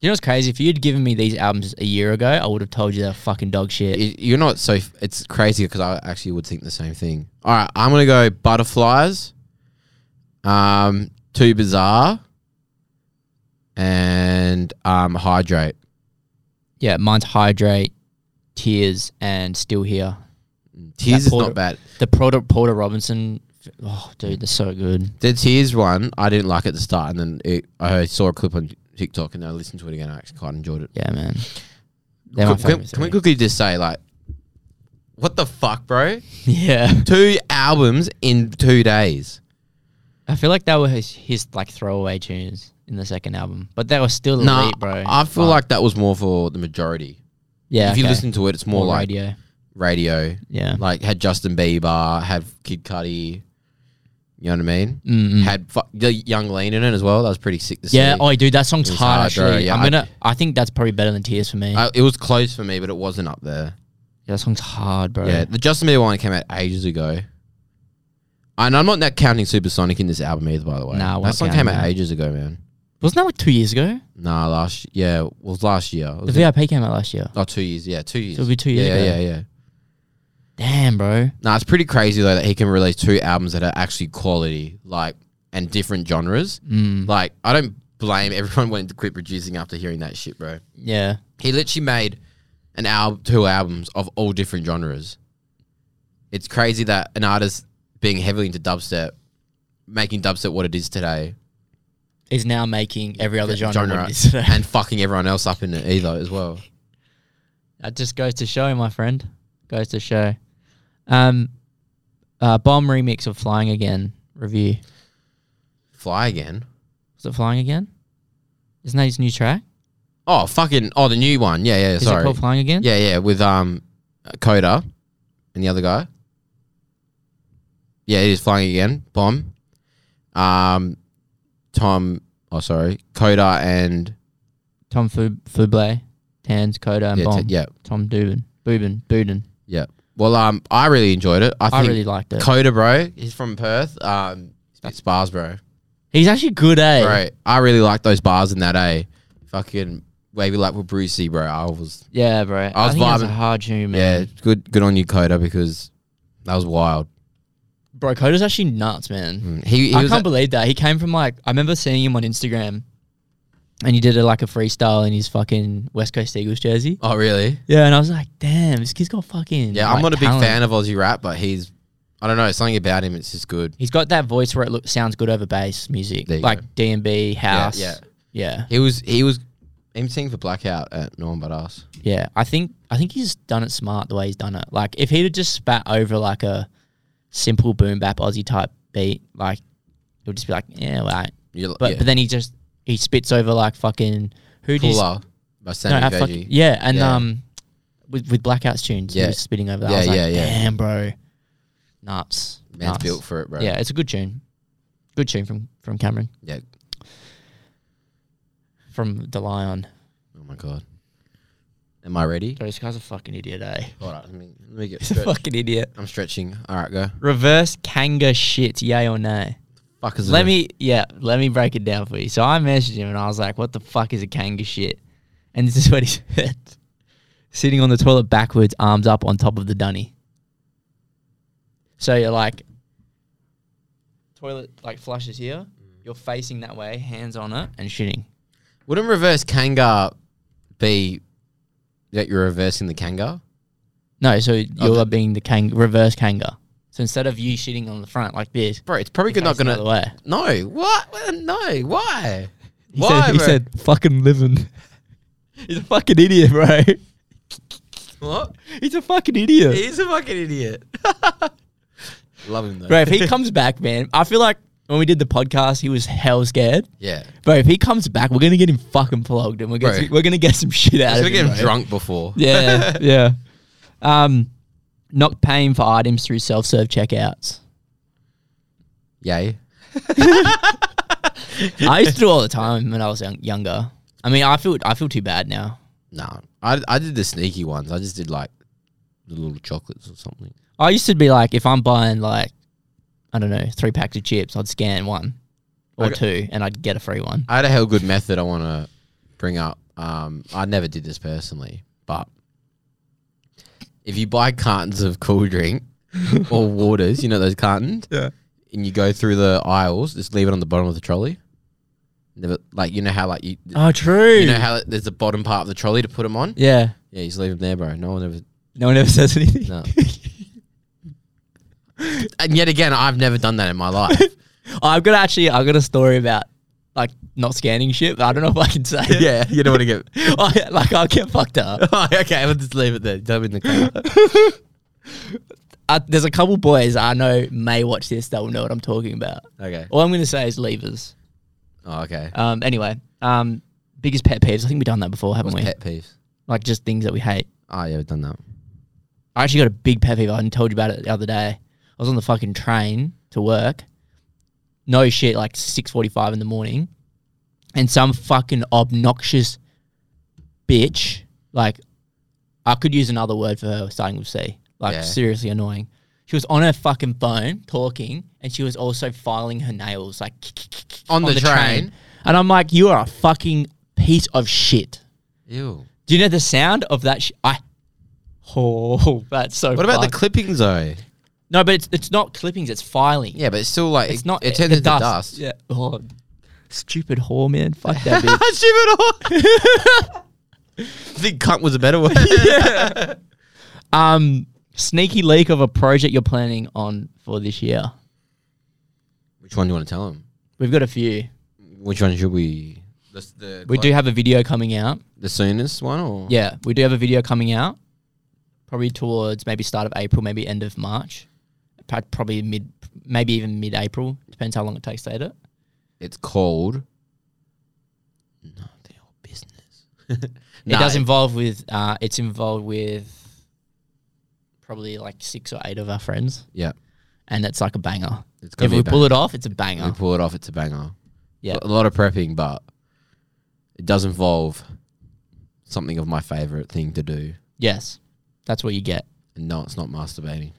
Speaker 2: You know what's crazy? If you'd given me these albums a year ago, I would have told you they're fucking dog shit.
Speaker 3: Y- You're not so. f- It's crazy because I actually would think the same thing. All right, I'm gonna go butterflies, um, too bizarre, and um, hydrate.
Speaker 2: yeah, mine's Hydrate, Tears, and Still Here.
Speaker 3: Tears is
Speaker 2: Porter-
Speaker 3: not bad.
Speaker 2: The Porter, Porter Robinson. Oh, dude, they're so good.
Speaker 3: The Tears one, I didn't like at the start, and then it, I saw a clip on TikTok, and then I listened to it again. I actually quite enjoyed it.
Speaker 2: Yeah, man. They're my
Speaker 3: Can, can-
Speaker 2: favorite.
Speaker 3: can we quickly just say like, what the fuck, bro?
Speaker 2: Yeah,
Speaker 3: Two albums in two days.
Speaker 2: I feel like that were his, his like throwaway tunes in the second album, but they were still elite,
Speaker 3: Nah,
Speaker 2: bro.
Speaker 3: I feel
Speaker 2: Fuck.
Speaker 3: like that was more for the majority.
Speaker 2: yeah,
Speaker 3: if you
Speaker 2: okay.
Speaker 3: listen to it, it's more, like radio.
Speaker 2: radio. Yeah,
Speaker 3: Like had Justin Bieber, had Kid Cudi. You know what I mean?
Speaker 2: Mm-mm.
Speaker 3: Had fu- the Young Lean in it as well. That was pretty sick to
Speaker 2: Mm-hmm. yeah.
Speaker 3: see.
Speaker 2: Oh, dude, that song's
Speaker 3: It's
Speaker 2: hard.
Speaker 3: hard,
Speaker 2: actually,
Speaker 3: bro. Yeah,
Speaker 2: I'm
Speaker 3: I-
Speaker 2: gonna. I think that's probably better than Tears for me. yeah,
Speaker 3: I, Uh, it was close for me, but it wasn't up there.
Speaker 2: that song's hard, bro.
Speaker 3: Yeah, the Justin Bieber one came out ages ago. And I'm not that counting Supersonic in this album either, by the way.
Speaker 2: Nah, we're
Speaker 3: that
Speaker 2: not
Speaker 3: song came
Speaker 2: counting
Speaker 3: out
Speaker 2: that.
Speaker 3: ages ago, man.
Speaker 2: Wasn't that like two years ago?
Speaker 3: Nah, last yeah, it was last year. It
Speaker 2: The
Speaker 3: was in-
Speaker 2: VIP came out last year.
Speaker 3: oh, two years. Yeah, two years.
Speaker 2: it'll be two years
Speaker 3: Yeah,
Speaker 2: ago.
Speaker 3: yeah, yeah.
Speaker 2: Damn, bro.
Speaker 3: Nah, it's pretty crazy though that he can release two albums that are actually quality, like and different genres.
Speaker 2: Mm,
Speaker 3: Like, I don't blame everyone wanting to quit producing after hearing that shit, bro.
Speaker 2: yeah,
Speaker 3: He literally made an album, two albums of all different genres. It's crazy that an artist being heavily into dubstep, making dubstep what it is today,
Speaker 2: is now making every other genre. what it is today.
Speaker 3: and fucking everyone else up in it either as well.
Speaker 2: That just goes to show, my friend. Goes to show. Um, uh, bomb remix of Flying Again review.
Speaker 3: Fly again.
Speaker 2: Is it Flying Again? Isn't that his new track?
Speaker 3: Oh fucking! Oh, the new one. Yeah, yeah.
Speaker 2: Is
Speaker 3: Sorry.
Speaker 2: it called Flying Again?
Speaker 3: Yeah, yeah, with um, Coda and the other guy. Yeah, it is flying again. Bomb. Um, Tom. Oh, sorry, Coda and
Speaker 2: Tom Fu- Fuble, Tans, Coda, and
Speaker 3: yeah,
Speaker 2: Bomb.
Speaker 3: t- yeah,
Speaker 2: Tom Dubin. Boobin. Boodin.
Speaker 3: yeah. Well, um, I really enjoyed it. I,
Speaker 2: I,
Speaker 3: think
Speaker 2: really liked it.
Speaker 3: Coda, bro. He's from Perth. Um, he's a bit spars, bro.
Speaker 2: He's actually good, eh?
Speaker 3: Bro, I really like those bars in that. A fucking wavy like with Brucey, bro. I was
Speaker 2: Yeah, bro. I,
Speaker 3: was
Speaker 2: think that's a
Speaker 3: vibing.
Speaker 2: hard tune, man.
Speaker 3: yeah, good. Good on you, Coda, because that was wild. Mm,
Speaker 2: Bro, Coda's actually nuts, man.
Speaker 3: He, Hmm. he
Speaker 2: I
Speaker 3: was
Speaker 2: can't
Speaker 3: a-
Speaker 2: believe that. He came from like I remember seeing him on Instagram and he did a, like a freestyle in his fucking West Coast Eagles jersey.
Speaker 3: Oh, really?
Speaker 2: Yeah, and I was like, damn, this kid's got fucking
Speaker 3: Yeah,
Speaker 2: like,
Speaker 3: I'm not a big
Speaker 2: talent.
Speaker 3: fan of Aussie rap, but he's I don't know, something about him it's just good.
Speaker 2: He's got that voice where it look, sounds good over bass music,
Speaker 3: There you
Speaker 2: like
Speaker 3: go.
Speaker 2: D and B house.
Speaker 3: yeah.
Speaker 2: yeah,
Speaker 3: He was he was him singing for Blackout at No One But Us.
Speaker 2: yeah. I think I think he's done it smart the way he's done it. Like if he'd have just spat over like a simple boom bap Aussie type beat, like it would just be like, yeah, right.
Speaker 3: You,
Speaker 2: But
Speaker 3: yeah.
Speaker 2: but then he just he spits over like fucking who do you
Speaker 3: Puller by Sammy
Speaker 2: I
Speaker 3: Veggie.
Speaker 2: fuck- yeah, and
Speaker 3: Yeah.
Speaker 2: um, with with blackouts tunes, he
Speaker 3: Yeah.
Speaker 2: was spitting over that. I
Speaker 3: Yeah,
Speaker 2: was like,
Speaker 3: yeah, yeah.
Speaker 2: damn, bro, nuts,
Speaker 3: Man's
Speaker 2: nuts.
Speaker 3: built for it, bro.
Speaker 2: Yeah, it's a good tune. Good tune from from Cameron
Speaker 3: Yeah.
Speaker 2: from Delion.
Speaker 3: Oh my god. Am I ready?
Speaker 2: This guy's a fucking idiot, eh?
Speaker 3: All right. Let me, let me get
Speaker 2: He's a
Speaker 3: stretch.
Speaker 2: fucking idiot.
Speaker 3: I'm stretching. All right, go.
Speaker 2: Reverse Kanga shit, yay or nay?
Speaker 3: Fuck is
Speaker 2: Let
Speaker 3: it?
Speaker 2: me, yeah, let me break it down for you. So I messaged him and I was like, "What the fuck is a Kanga shit?" And this is what he said: sitting on the toilet backwards, arms up on top of the dunny. So you're like, toilet like flushes here.
Speaker 3: Mm.
Speaker 2: You're facing that way, hands on it, and shitting.
Speaker 3: Wouldn't reverse Kanga be that you're reversing the Kanga?
Speaker 2: No, so you're
Speaker 3: that-
Speaker 2: being the kang- reverse Kanga. So instead of you shitting on the front like this,
Speaker 3: Bro, it's probably
Speaker 2: you're
Speaker 3: not
Speaker 2: facing
Speaker 3: gonna.
Speaker 2: the other way.
Speaker 3: No, what? No, why?
Speaker 2: He
Speaker 3: why?
Speaker 2: said, he
Speaker 3: bro?
Speaker 2: said, fucking living. He's a fucking idiot, bro.
Speaker 3: what?
Speaker 2: He's a fucking idiot.
Speaker 3: He's a fucking idiot. Love him though.
Speaker 2: Bro, if he comes back, man, I feel like when we did the podcast, he was hell scared.
Speaker 3: Yeah,
Speaker 2: Bro, if he comes back, we're gonna get him fucking plugged, and we're gonna
Speaker 3: Bro.
Speaker 2: we're gonna get some shit out
Speaker 3: I
Speaker 2: of
Speaker 3: should
Speaker 2: him.
Speaker 3: get him
Speaker 2: bro.
Speaker 3: drunk before.
Speaker 2: Yeah, yeah. Um, not paying for items through self serve checkouts.
Speaker 3: Yay.
Speaker 2: I used to do all the time when I was young- younger. I mean, I feel I feel too bad now.
Speaker 3: No, I I did the sneaky ones. I just did like the little chocolates or something.
Speaker 2: I used to be like, if I'm buying like, I don't know, three packs of chips, I'd scan one or two, and I'd get a free one.
Speaker 3: I had a hell good method I want to bring up. Um, I never did this personally, but if you buy cartons of cool drink or waters, you know those cartons,
Speaker 2: Yeah.
Speaker 3: and you go through the aisles, just leave it on the bottom of the trolley. Never like you know how like you
Speaker 2: Oh, true.
Speaker 3: you know how like, there's the bottom part of the trolley to put them on.
Speaker 2: yeah.
Speaker 3: Yeah, you just leave them there, bro. No one ever.
Speaker 2: No one ever says anything.
Speaker 3: No. and yet again, I've never done that in my life.
Speaker 2: I've got actually, I've got a story about like not scanning shit, but I don't know if I can say. it.
Speaker 3: yeah, you don't want to get. Oh,
Speaker 2: I, like I'll get fucked up.
Speaker 3: okay, we'll just leave it there. Dump in the car.
Speaker 2: I, Uh, there's a couple boys I know may watch this that will know what I'm talking about.
Speaker 3: Okay.
Speaker 2: All I'm going to say is levers.
Speaker 3: Oh, okay.
Speaker 2: Um, anyway, um, biggest pet peeves. I think we've done that before, haven't
Speaker 3: What's
Speaker 2: we?
Speaker 3: pet peeves?
Speaker 2: like just things that we hate.
Speaker 3: Oh, yeah, we've done that.
Speaker 2: I actually got a big pet peeve. I told you about it the other day. I was on the fucking train to work. No shit, like six forty-five in the morning, and some fucking obnoxious bitch. Like, I could use another word for her, starting with C. Like,
Speaker 3: Yeah.
Speaker 2: seriously annoying. She was on her fucking phone talking, and she was also filing her nails like
Speaker 3: On the train?
Speaker 2: And I'm like, you are a fucking piece of shit.
Speaker 3: Ew.
Speaker 2: Do you know the sound of that? Sh- I. Oh, that's so.
Speaker 3: What about the
Speaker 2: fucked.
Speaker 3: clippings though?
Speaker 2: No, but it's it's not clippings. It's filing.
Speaker 3: Yeah, but it's still like
Speaker 2: it's not.
Speaker 3: It turns
Speaker 2: the
Speaker 3: into dust.
Speaker 2: Yeah. Oh, stupid whore, man. Fuck that bitch.
Speaker 3: Stupid. I think cunt was a better word.
Speaker 2: Um, sneaky leak of a project you're planning on for this year.
Speaker 3: Which one do you want to tell him?
Speaker 2: We've got a few.
Speaker 3: Which one should we? The, the,
Speaker 2: We do have a video coming out.
Speaker 3: the soonest one, or
Speaker 2: Yeah, we do have a video coming out. Probably towards maybe start of April, maybe end of March, Pa- probably mid, maybe even mid-April. Depends how long it takes to edit.
Speaker 3: it's called. No, the old business.
Speaker 2: it does involve with uh, it's involved with probably like six or eight of our friends,
Speaker 3: Yeah,
Speaker 2: and it's like a banger.
Speaker 3: it's
Speaker 2: If
Speaker 3: gonna
Speaker 2: we
Speaker 3: be
Speaker 2: pull it off, it's a
Speaker 3: If we
Speaker 2: banger.
Speaker 3: pull it off, it's a banger.
Speaker 2: Yeah.
Speaker 3: a lot of prepping, but it does involve something of my favorite thing to do.
Speaker 2: Yes, that's what you get.
Speaker 3: And no, it's not masturbating.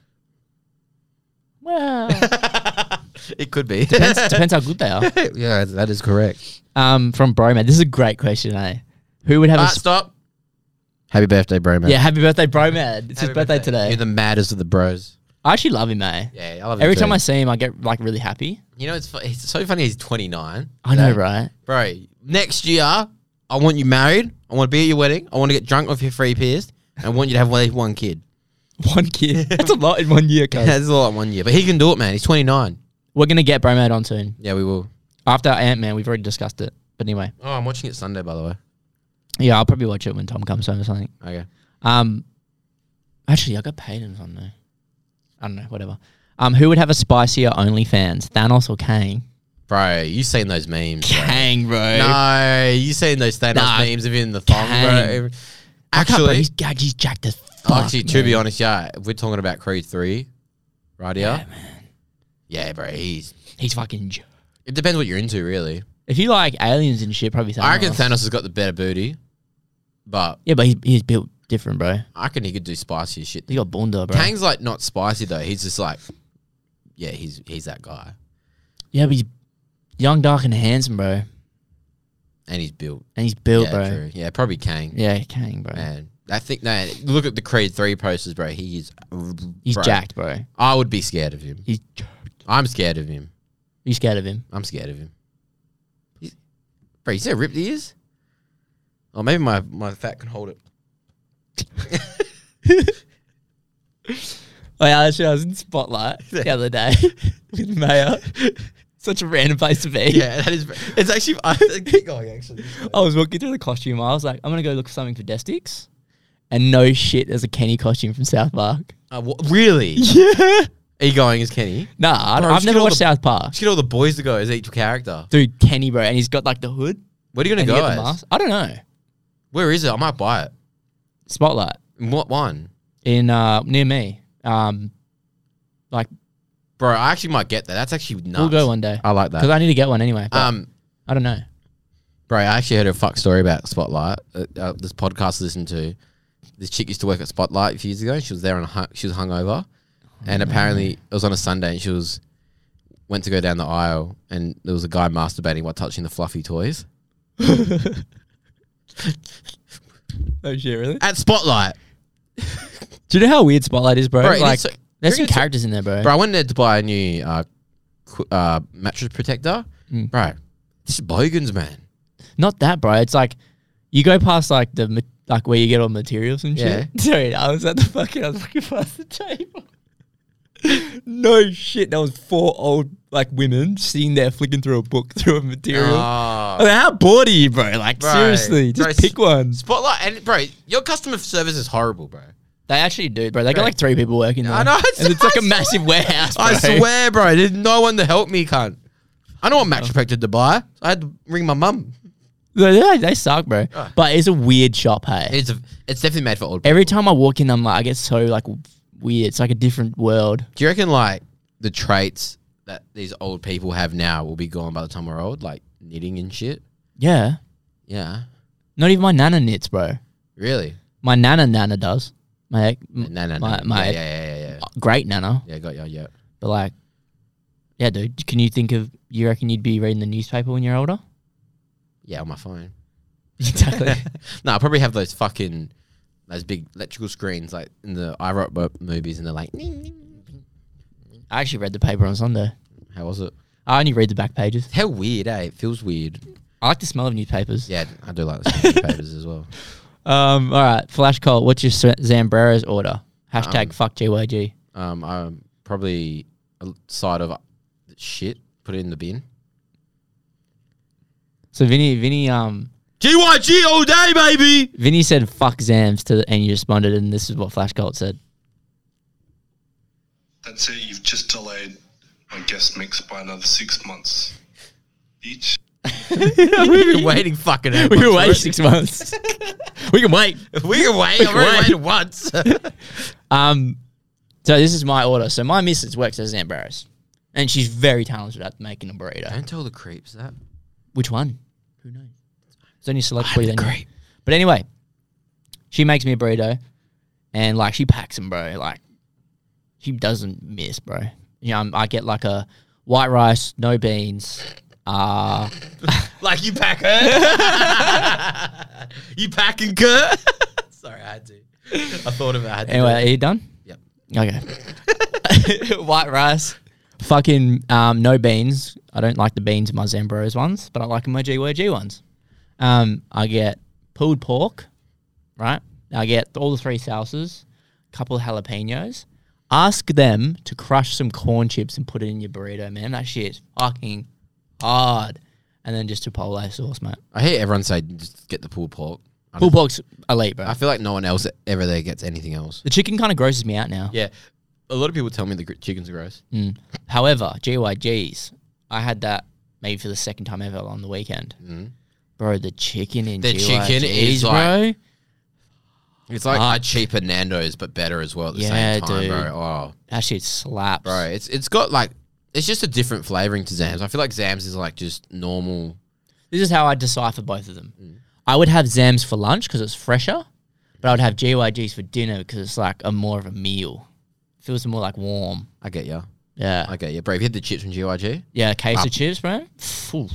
Speaker 2: Well,
Speaker 3: It could be.
Speaker 2: depends, depends how good they are.
Speaker 3: yeah, that is correct.
Speaker 2: Um, from Broman, this is a great question. Eh? Who would have a
Speaker 3: Ah,
Speaker 2: sp-
Speaker 3: stop. Happy birthday, bro, man.
Speaker 2: yeah? Happy birthday, Broman! It's his birthday,
Speaker 3: You're
Speaker 2: today.
Speaker 3: the maddest of the bros.
Speaker 2: I actually love him, eh?
Speaker 3: Yeah, I love
Speaker 2: Every time I see him, I get like really happy.
Speaker 3: you know, it's, fu- it's so funny. He's 29.
Speaker 2: I know, right?
Speaker 3: bro. Next year, I want you married. I want to be at your wedding. I want to get drunk off your free pierced. and I want you to have at least one kid.
Speaker 2: One kid. That's a lot in one year, guys.
Speaker 3: That's a lot in one year, but he can do it, man. He's 29.
Speaker 2: We're gonna get Bromad on soon
Speaker 3: Yeah, we will.
Speaker 2: after Ant Man. We've already discussed it, but anyway.
Speaker 3: Oh, I'm watching it Sunday, by the way.
Speaker 2: Yeah, I'll probably watch it when Tom comes home or something.
Speaker 3: Okay.
Speaker 2: Um, actually, I got paid in on there. I don't know, whatever. Um, who would have a spicier OnlyFans, Thanos or Kang?
Speaker 3: Bro, you seen those memes. bro.
Speaker 2: Kang, bro.
Speaker 3: No, you seen those Thanos
Speaker 2: Nah,
Speaker 3: memes of him in the thong, bro.
Speaker 2: Kang.
Speaker 3: Actually,
Speaker 2: he's, God, he's jacked as fuck.
Speaker 3: actually, to be
Speaker 2: man.
Speaker 3: honest, yeah, if we're talking about Creed 3, right here. Yeah, bro, he's
Speaker 2: he's fucking. j-
Speaker 3: It depends what you're into, really.
Speaker 2: If you like aliens and shit, probably Thanos.
Speaker 3: I reckon Thanos has got the better booty, but
Speaker 2: Yeah, but he's, he's built different, bro.
Speaker 3: I reckon he could do spicier shit.
Speaker 2: He got Bunda, bro.
Speaker 3: Kang's like not spicy though. He's just like, yeah, he's he's that guy,
Speaker 2: yeah, but he's young, dark, and handsome, bro.
Speaker 3: and he's built.
Speaker 2: And he's built,
Speaker 3: yeah,
Speaker 2: bro.
Speaker 3: true. Yeah, probably Kang.
Speaker 2: Yeah, Kang, bro.
Speaker 3: Man, I think no. Look at the Creed three posters, bro. He is.
Speaker 2: He's
Speaker 3: bro,
Speaker 2: jacked, bro.
Speaker 3: I would be scared of him.
Speaker 2: He's
Speaker 3: I'm scared of him.
Speaker 2: you scared of him?
Speaker 3: I'm scared of him. He's, bro, you see how ripped he is? Oh, maybe my, my fat can hold it.
Speaker 2: Oh yeah, actually, I was in Spotlight the other day with Mayor. Such a random place to be.
Speaker 3: Yeah, that is. It's actually. I, keep going, actually.
Speaker 2: I was walking through the costume. I was like, I'm gonna go look for something for Destix, and no shit, there's a Kenny costume from South Park.
Speaker 3: Uh, wha- really?
Speaker 2: Yeah.
Speaker 3: Are you going as Kenny?
Speaker 2: Nah, I-
Speaker 3: Bro,
Speaker 2: I've
Speaker 3: just
Speaker 2: never
Speaker 3: get all
Speaker 2: watched
Speaker 3: the-
Speaker 2: South Park.
Speaker 3: Just get all the boys to go as each character.
Speaker 2: Dude, Kenny, bro, and he's got like the hood
Speaker 3: Where are you
Speaker 2: and
Speaker 3: going to
Speaker 2: he
Speaker 3: go
Speaker 2: got the
Speaker 3: as?
Speaker 2: mask. I don't know.
Speaker 3: Where is it? I might buy it.
Speaker 2: Spotlight
Speaker 3: And What one?
Speaker 2: in uh near me. Um, like
Speaker 3: Bro, I actually might get that. That's actually nuts.
Speaker 2: we'll go one day
Speaker 3: I like
Speaker 2: because
Speaker 3: that.
Speaker 2: I need to get one anyway. but
Speaker 3: um,
Speaker 2: I don't know.
Speaker 3: Bro, I actually heard a fuck story about Spotlight. Uh, uh, this podcast I listened to. This chick used to work at Spotlight a few years ago. She was there and hung, she was hungover, and apparently it was on a Sunday. And she was went to go down the aisle, and there was a guy masturbating while touching the fluffy toys
Speaker 2: Oh shit, really?
Speaker 3: at Spotlight.
Speaker 2: Do you know how weird Spotlight is, bro?
Speaker 3: Bro, it is
Speaker 2: like,
Speaker 3: so-
Speaker 2: there's some
Speaker 3: Bring it to-
Speaker 2: characters in there, bro.
Speaker 3: Bro, I went there to buy a new uh, qu- uh, mattress protector. Bro, this is bogans, man.
Speaker 2: Not that, bro. It's like you go past like the ma- like where you get all materials and shit. Dude, I was at the fucking. I was looking past the table. no shit, there was four old like women sitting there flicking through a book through a material. I
Speaker 3: Oh.
Speaker 2: mean, how bored are you, bro? Like
Speaker 3: Bro,
Speaker 2: seriously,
Speaker 3: bro,
Speaker 2: just pick one.
Speaker 3: Spotlight, and bro, your customer service is horrible, bro.
Speaker 2: They actually do, bro. They got
Speaker 3: Bro.
Speaker 2: like three people working there.
Speaker 3: I know, it's-
Speaker 2: and it's like
Speaker 3: I
Speaker 2: a massive warehouse.
Speaker 3: I
Speaker 2: bro.
Speaker 3: swear, bro, there's no one to help me, cunt. I know what match expected to buy. I had to ring my mum.
Speaker 2: They- they, they suck, bro.
Speaker 3: Ah.
Speaker 2: But it's a weird shop, hey.
Speaker 3: It's a, it's definitely made for old people.
Speaker 2: Every time I walk in, I'm like, I get so like weird. It's like a different world.
Speaker 3: Do you reckon like the traits that these old people have now will be gone by the time we're old, like knitting and shit?
Speaker 2: Yeah.
Speaker 3: Yeah,
Speaker 2: Not even my nana knits, bro.
Speaker 3: really.
Speaker 2: My nana nana does. My
Speaker 3: No,
Speaker 2: m-
Speaker 3: no, no.
Speaker 2: my- my-
Speaker 3: yeah, yeah, yeah, yeah, yeah.
Speaker 2: great nana,
Speaker 3: Yeah, got you. Yeah.
Speaker 2: but like, yeah, dude. Can you think of? You reckon you'd be reading the newspaper when you're older?
Speaker 3: Yeah, on my phone.
Speaker 2: Exactly.
Speaker 3: no, I probably have those fucking those big electrical screens like in the iRobot movies, and they're like, "Ning, ning."
Speaker 2: I actually read the paper on Sunday.
Speaker 3: how was it?
Speaker 2: I only read the back pages.
Speaker 3: How weird, eh? It feels weird.
Speaker 2: I like the smell of newspapers.
Speaker 3: Yeah, I do like the papers as well.
Speaker 2: Um. All right, Flash Colt. What's your Sa- Zambreras order? Hashtag
Speaker 3: Um,
Speaker 2: fuck GYG.
Speaker 3: Um, I'm probably a l- side of uh, shit. Put it in the bin.
Speaker 2: So Vinny, Vinny, um,
Speaker 3: GYG all day, baby.
Speaker 2: Vinny said fuck Zams to, the, and you responded, and this is what Flash Colt said.
Speaker 5: That's it, you've just delayed my guest mix by another six months. Each
Speaker 3: We've been waiting fucking. eight
Speaker 2: We can
Speaker 3: months,
Speaker 2: wait six months. we can wait.
Speaker 3: right? We can wait. I've already
Speaker 2: wait.
Speaker 3: waited once.
Speaker 2: Um, so this is my order. So my missus works as an embarrass, and she's very talented at making a burrito.
Speaker 3: Don't tell the creeps that.
Speaker 2: Which one? Who knows? It's only a select few. then. But anyway, she makes me a burrito, and like she packs them, bro. Like she doesn't miss, bro. You know, I'm, I get like a white rice, no beans. Uh,
Speaker 3: Like you pack her. you packing Kurt? Sorry, I had to. I thought about. it. I had to do
Speaker 2: anyway,
Speaker 3: it.
Speaker 2: are you done?
Speaker 3: Yep.
Speaker 2: Okay. White rice. Fucking um, no beans. I don't like the beans in my Zambros ones, but I like in my GYG ones. Um, I get pulled pork, right? I get all the three salsas, couple of jalapenos. Ask them to crush some corn chips and put it in your burrito, man. That shit's fucking hard. And then just Chipotle sauce, mate.
Speaker 3: I hear everyone say just get the pulled pork. I don't-
Speaker 2: Pulled pork's elite, bro.
Speaker 3: I feel like no one else ever there gets anything else.
Speaker 2: The chicken kind of grosses me out now.
Speaker 3: Yeah, a lot of people tell me the gr- chicken's gross.
Speaker 2: However, GYGs, I had that maybe for the second time ever on the weekend. Bro, the chicken in
Speaker 3: The
Speaker 2: GYGs,
Speaker 3: chicken is
Speaker 2: bro.
Speaker 3: like- It's like
Speaker 2: Ah.
Speaker 3: a cheaper Nando's, but better as well at the
Speaker 2: Yeah,
Speaker 3: same time,
Speaker 2: dude.
Speaker 3: bro. Oh,
Speaker 2: that shit slaps.
Speaker 3: bro, it's it's got like it's just a different flavoring to Zams. I feel like Zams is like just normal.
Speaker 2: This is how I decipher both of them. I would have Zams for lunch because it's fresher, but I would have GYGs for dinner because it's like a more of a meal. Feels more like warm.
Speaker 3: I get ya.
Speaker 2: Yeah.
Speaker 3: I get ya. Bro, if you had the chips from GYG,
Speaker 2: yeah, a case of chips, bro. Phew.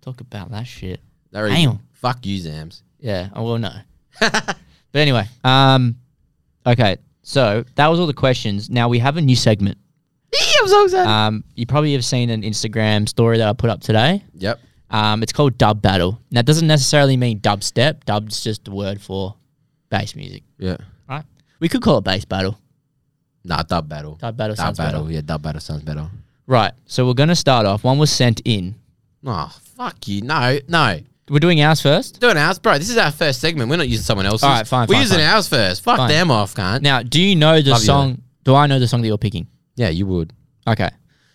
Speaker 2: Talk about that shit.
Speaker 3: that really,
Speaker 2: Damn.
Speaker 3: fuck you, Zams.
Speaker 2: Yeah, I will know. but anyway, um, okay. So that was all the questions. Now we have a new segment.
Speaker 3: I'm so excited.
Speaker 2: Um, you probably have seen an Instagram story that I put up today.
Speaker 3: yep.
Speaker 2: Um, it's called Dub Battle. Now, it doesn't necessarily mean dubstep. Dub's just a word for bass music.
Speaker 3: Yeah.
Speaker 2: Right? We could call it bass battle.
Speaker 3: Nah, dub battle.
Speaker 2: Dub battle
Speaker 3: Dub
Speaker 2: sounds
Speaker 3: battle.
Speaker 2: better.
Speaker 3: Yeah, dub battle sounds better.
Speaker 2: Right. So we're going to start off. One was sent in.
Speaker 3: Oh, fuck you. No, no.
Speaker 2: We're doing ours first.
Speaker 3: Doing ours, bro. This is our first segment. We're not using someone else's.
Speaker 2: All right, fine,
Speaker 3: We're
Speaker 2: fine,
Speaker 3: using
Speaker 2: fine.
Speaker 3: ours first. Fuck
Speaker 2: Fine.
Speaker 3: them off, cunt.
Speaker 2: Now, do you know the
Speaker 3: Love you,
Speaker 2: song? do I know the song that you're picking?
Speaker 3: yeah, you would.
Speaker 2: Okay.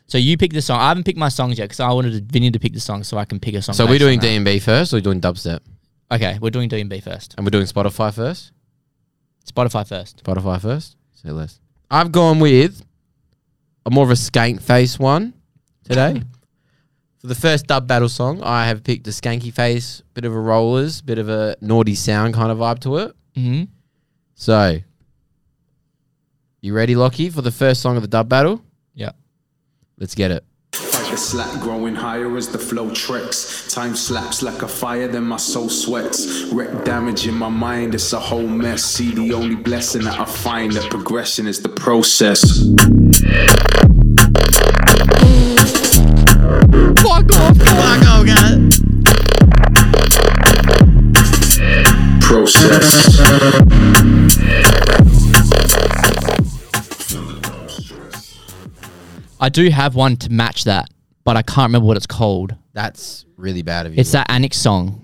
Speaker 2: So you pick the song. I haven't picked my songs yet because I wanted Vinny to pick the song so I can pick a song.
Speaker 3: So
Speaker 2: based
Speaker 3: we're doing
Speaker 2: on that.
Speaker 3: DMB first, or we're doing dubstep,
Speaker 2: Okay, we're doing D&B first.
Speaker 3: and we're doing Spotify first.
Speaker 2: Spotify first.
Speaker 3: Spotify first. Say less. I've gone with a more of a skank face one today. For the first dub battle song, I have picked a skanky face, bit of a rollers, bit of a naughty sound kind of vibe to it.
Speaker 2: Mm-hmm.
Speaker 3: So, you ready, Lockie, for the first song of the dub battle?
Speaker 2: Yeah.
Speaker 3: Let's get it.
Speaker 6: Like the slack growing higher as the flow treks. Time slaps like a fire, then my soul sweats. Wreck damage in my mind, it's a whole mess. See, the only blessing that I find that progression is the process. Process.
Speaker 2: I do have one to match that, but I can't remember what it's called.
Speaker 3: That's really bad of you.
Speaker 2: It's that Annex song.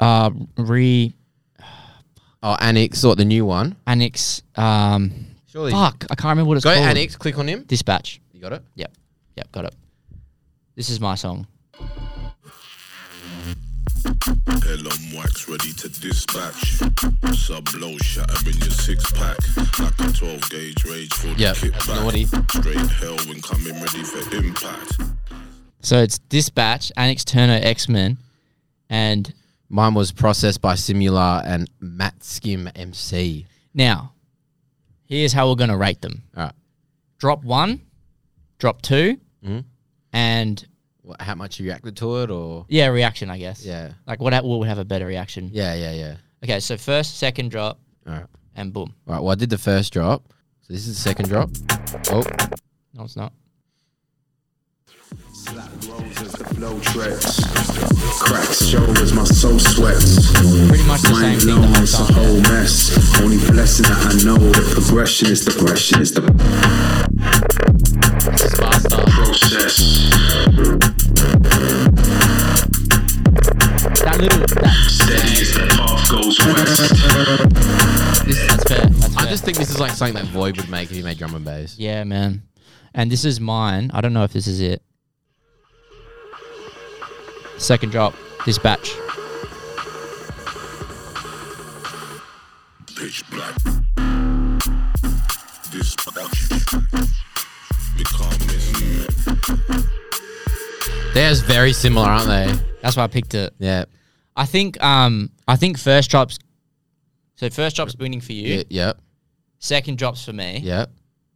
Speaker 2: Uh, re
Speaker 3: oh, Annex, or the new one.
Speaker 2: Annex. Um,
Speaker 3: Surely.
Speaker 2: fuck, I can't remember what it's
Speaker 3: Go
Speaker 2: called.
Speaker 3: Annex, click on him.
Speaker 2: Dispatch.
Speaker 3: You got it?
Speaker 2: Yep, yep, got it. This is my song.
Speaker 7: Hell on wax, ready to dispatch. Sub low, shattering your six pack. Like a 12 gauge rage for
Speaker 3: Yep,
Speaker 7: the kickback.
Speaker 3: naughty.
Speaker 7: Straight hell when coming ready for impact.
Speaker 2: So it's Dispatch, Annex Turner, X Men, and
Speaker 3: Mine was processed by Simular and Matt Skim MC.
Speaker 2: now here's how we're gonna rate them.
Speaker 3: All right.
Speaker 2: Drop one, drop 2
Speaker 3: Mm-hmm.
Speaker 2: and
Speaker 3: What, how much you reacted to it, or
Speaker 2: yeah, reaction. I guess.
Speaker 3: yeah,
Speaker 2: Like what? What would have a better reaction?
Speaker 3: yeah, yeah, yeah.
Speaker 2: Okay, so first, second drop,
Speaker 3: All right,
Speaker 2: and boom.
Speaker 3: all right. Well, I did the first drop, so this is the second drop. Oh,
Speaker 2: No, it's not.
Speaker 6: Slack grows as the flow treks. Cracks show as my soul sweats.
Speaker 2: Pretty much the same
Speaker 6: Mind
Speaker 2: thing the
Speaker 6: blown,
Speaker 2: whole
Speaker 6: it's a
Speaker 2: time.
Speaker 6: whole mess. Only blessing that I know the progression is the progression is the
Speaker 3: this is faster.
Speaker 6: process.
Speaker 2: That little. That,
Speaker 6: Steady as the path goes west.
Speaker 2: this, that's fair. That's fair.
Speaker 3: I just think this is like something that Void would make if he made drum and bass.
Speaker 2: yeah, man. And this is mine. I don't know if this is it. Second drop, this batch.
Speaker 7: Pitch black. Dispatch. Becoming.
Speaker 3: They're very similar, aren't they?
Speaker 2: That's why I picked it.
Speaker 3: Yeah,
Speaker 2: I think. Um, I think first drops. So first drop's winning for you.
Speaker 3: yeah, yep,
Speaker 2: Second drops for me.
Speaker 3: yep.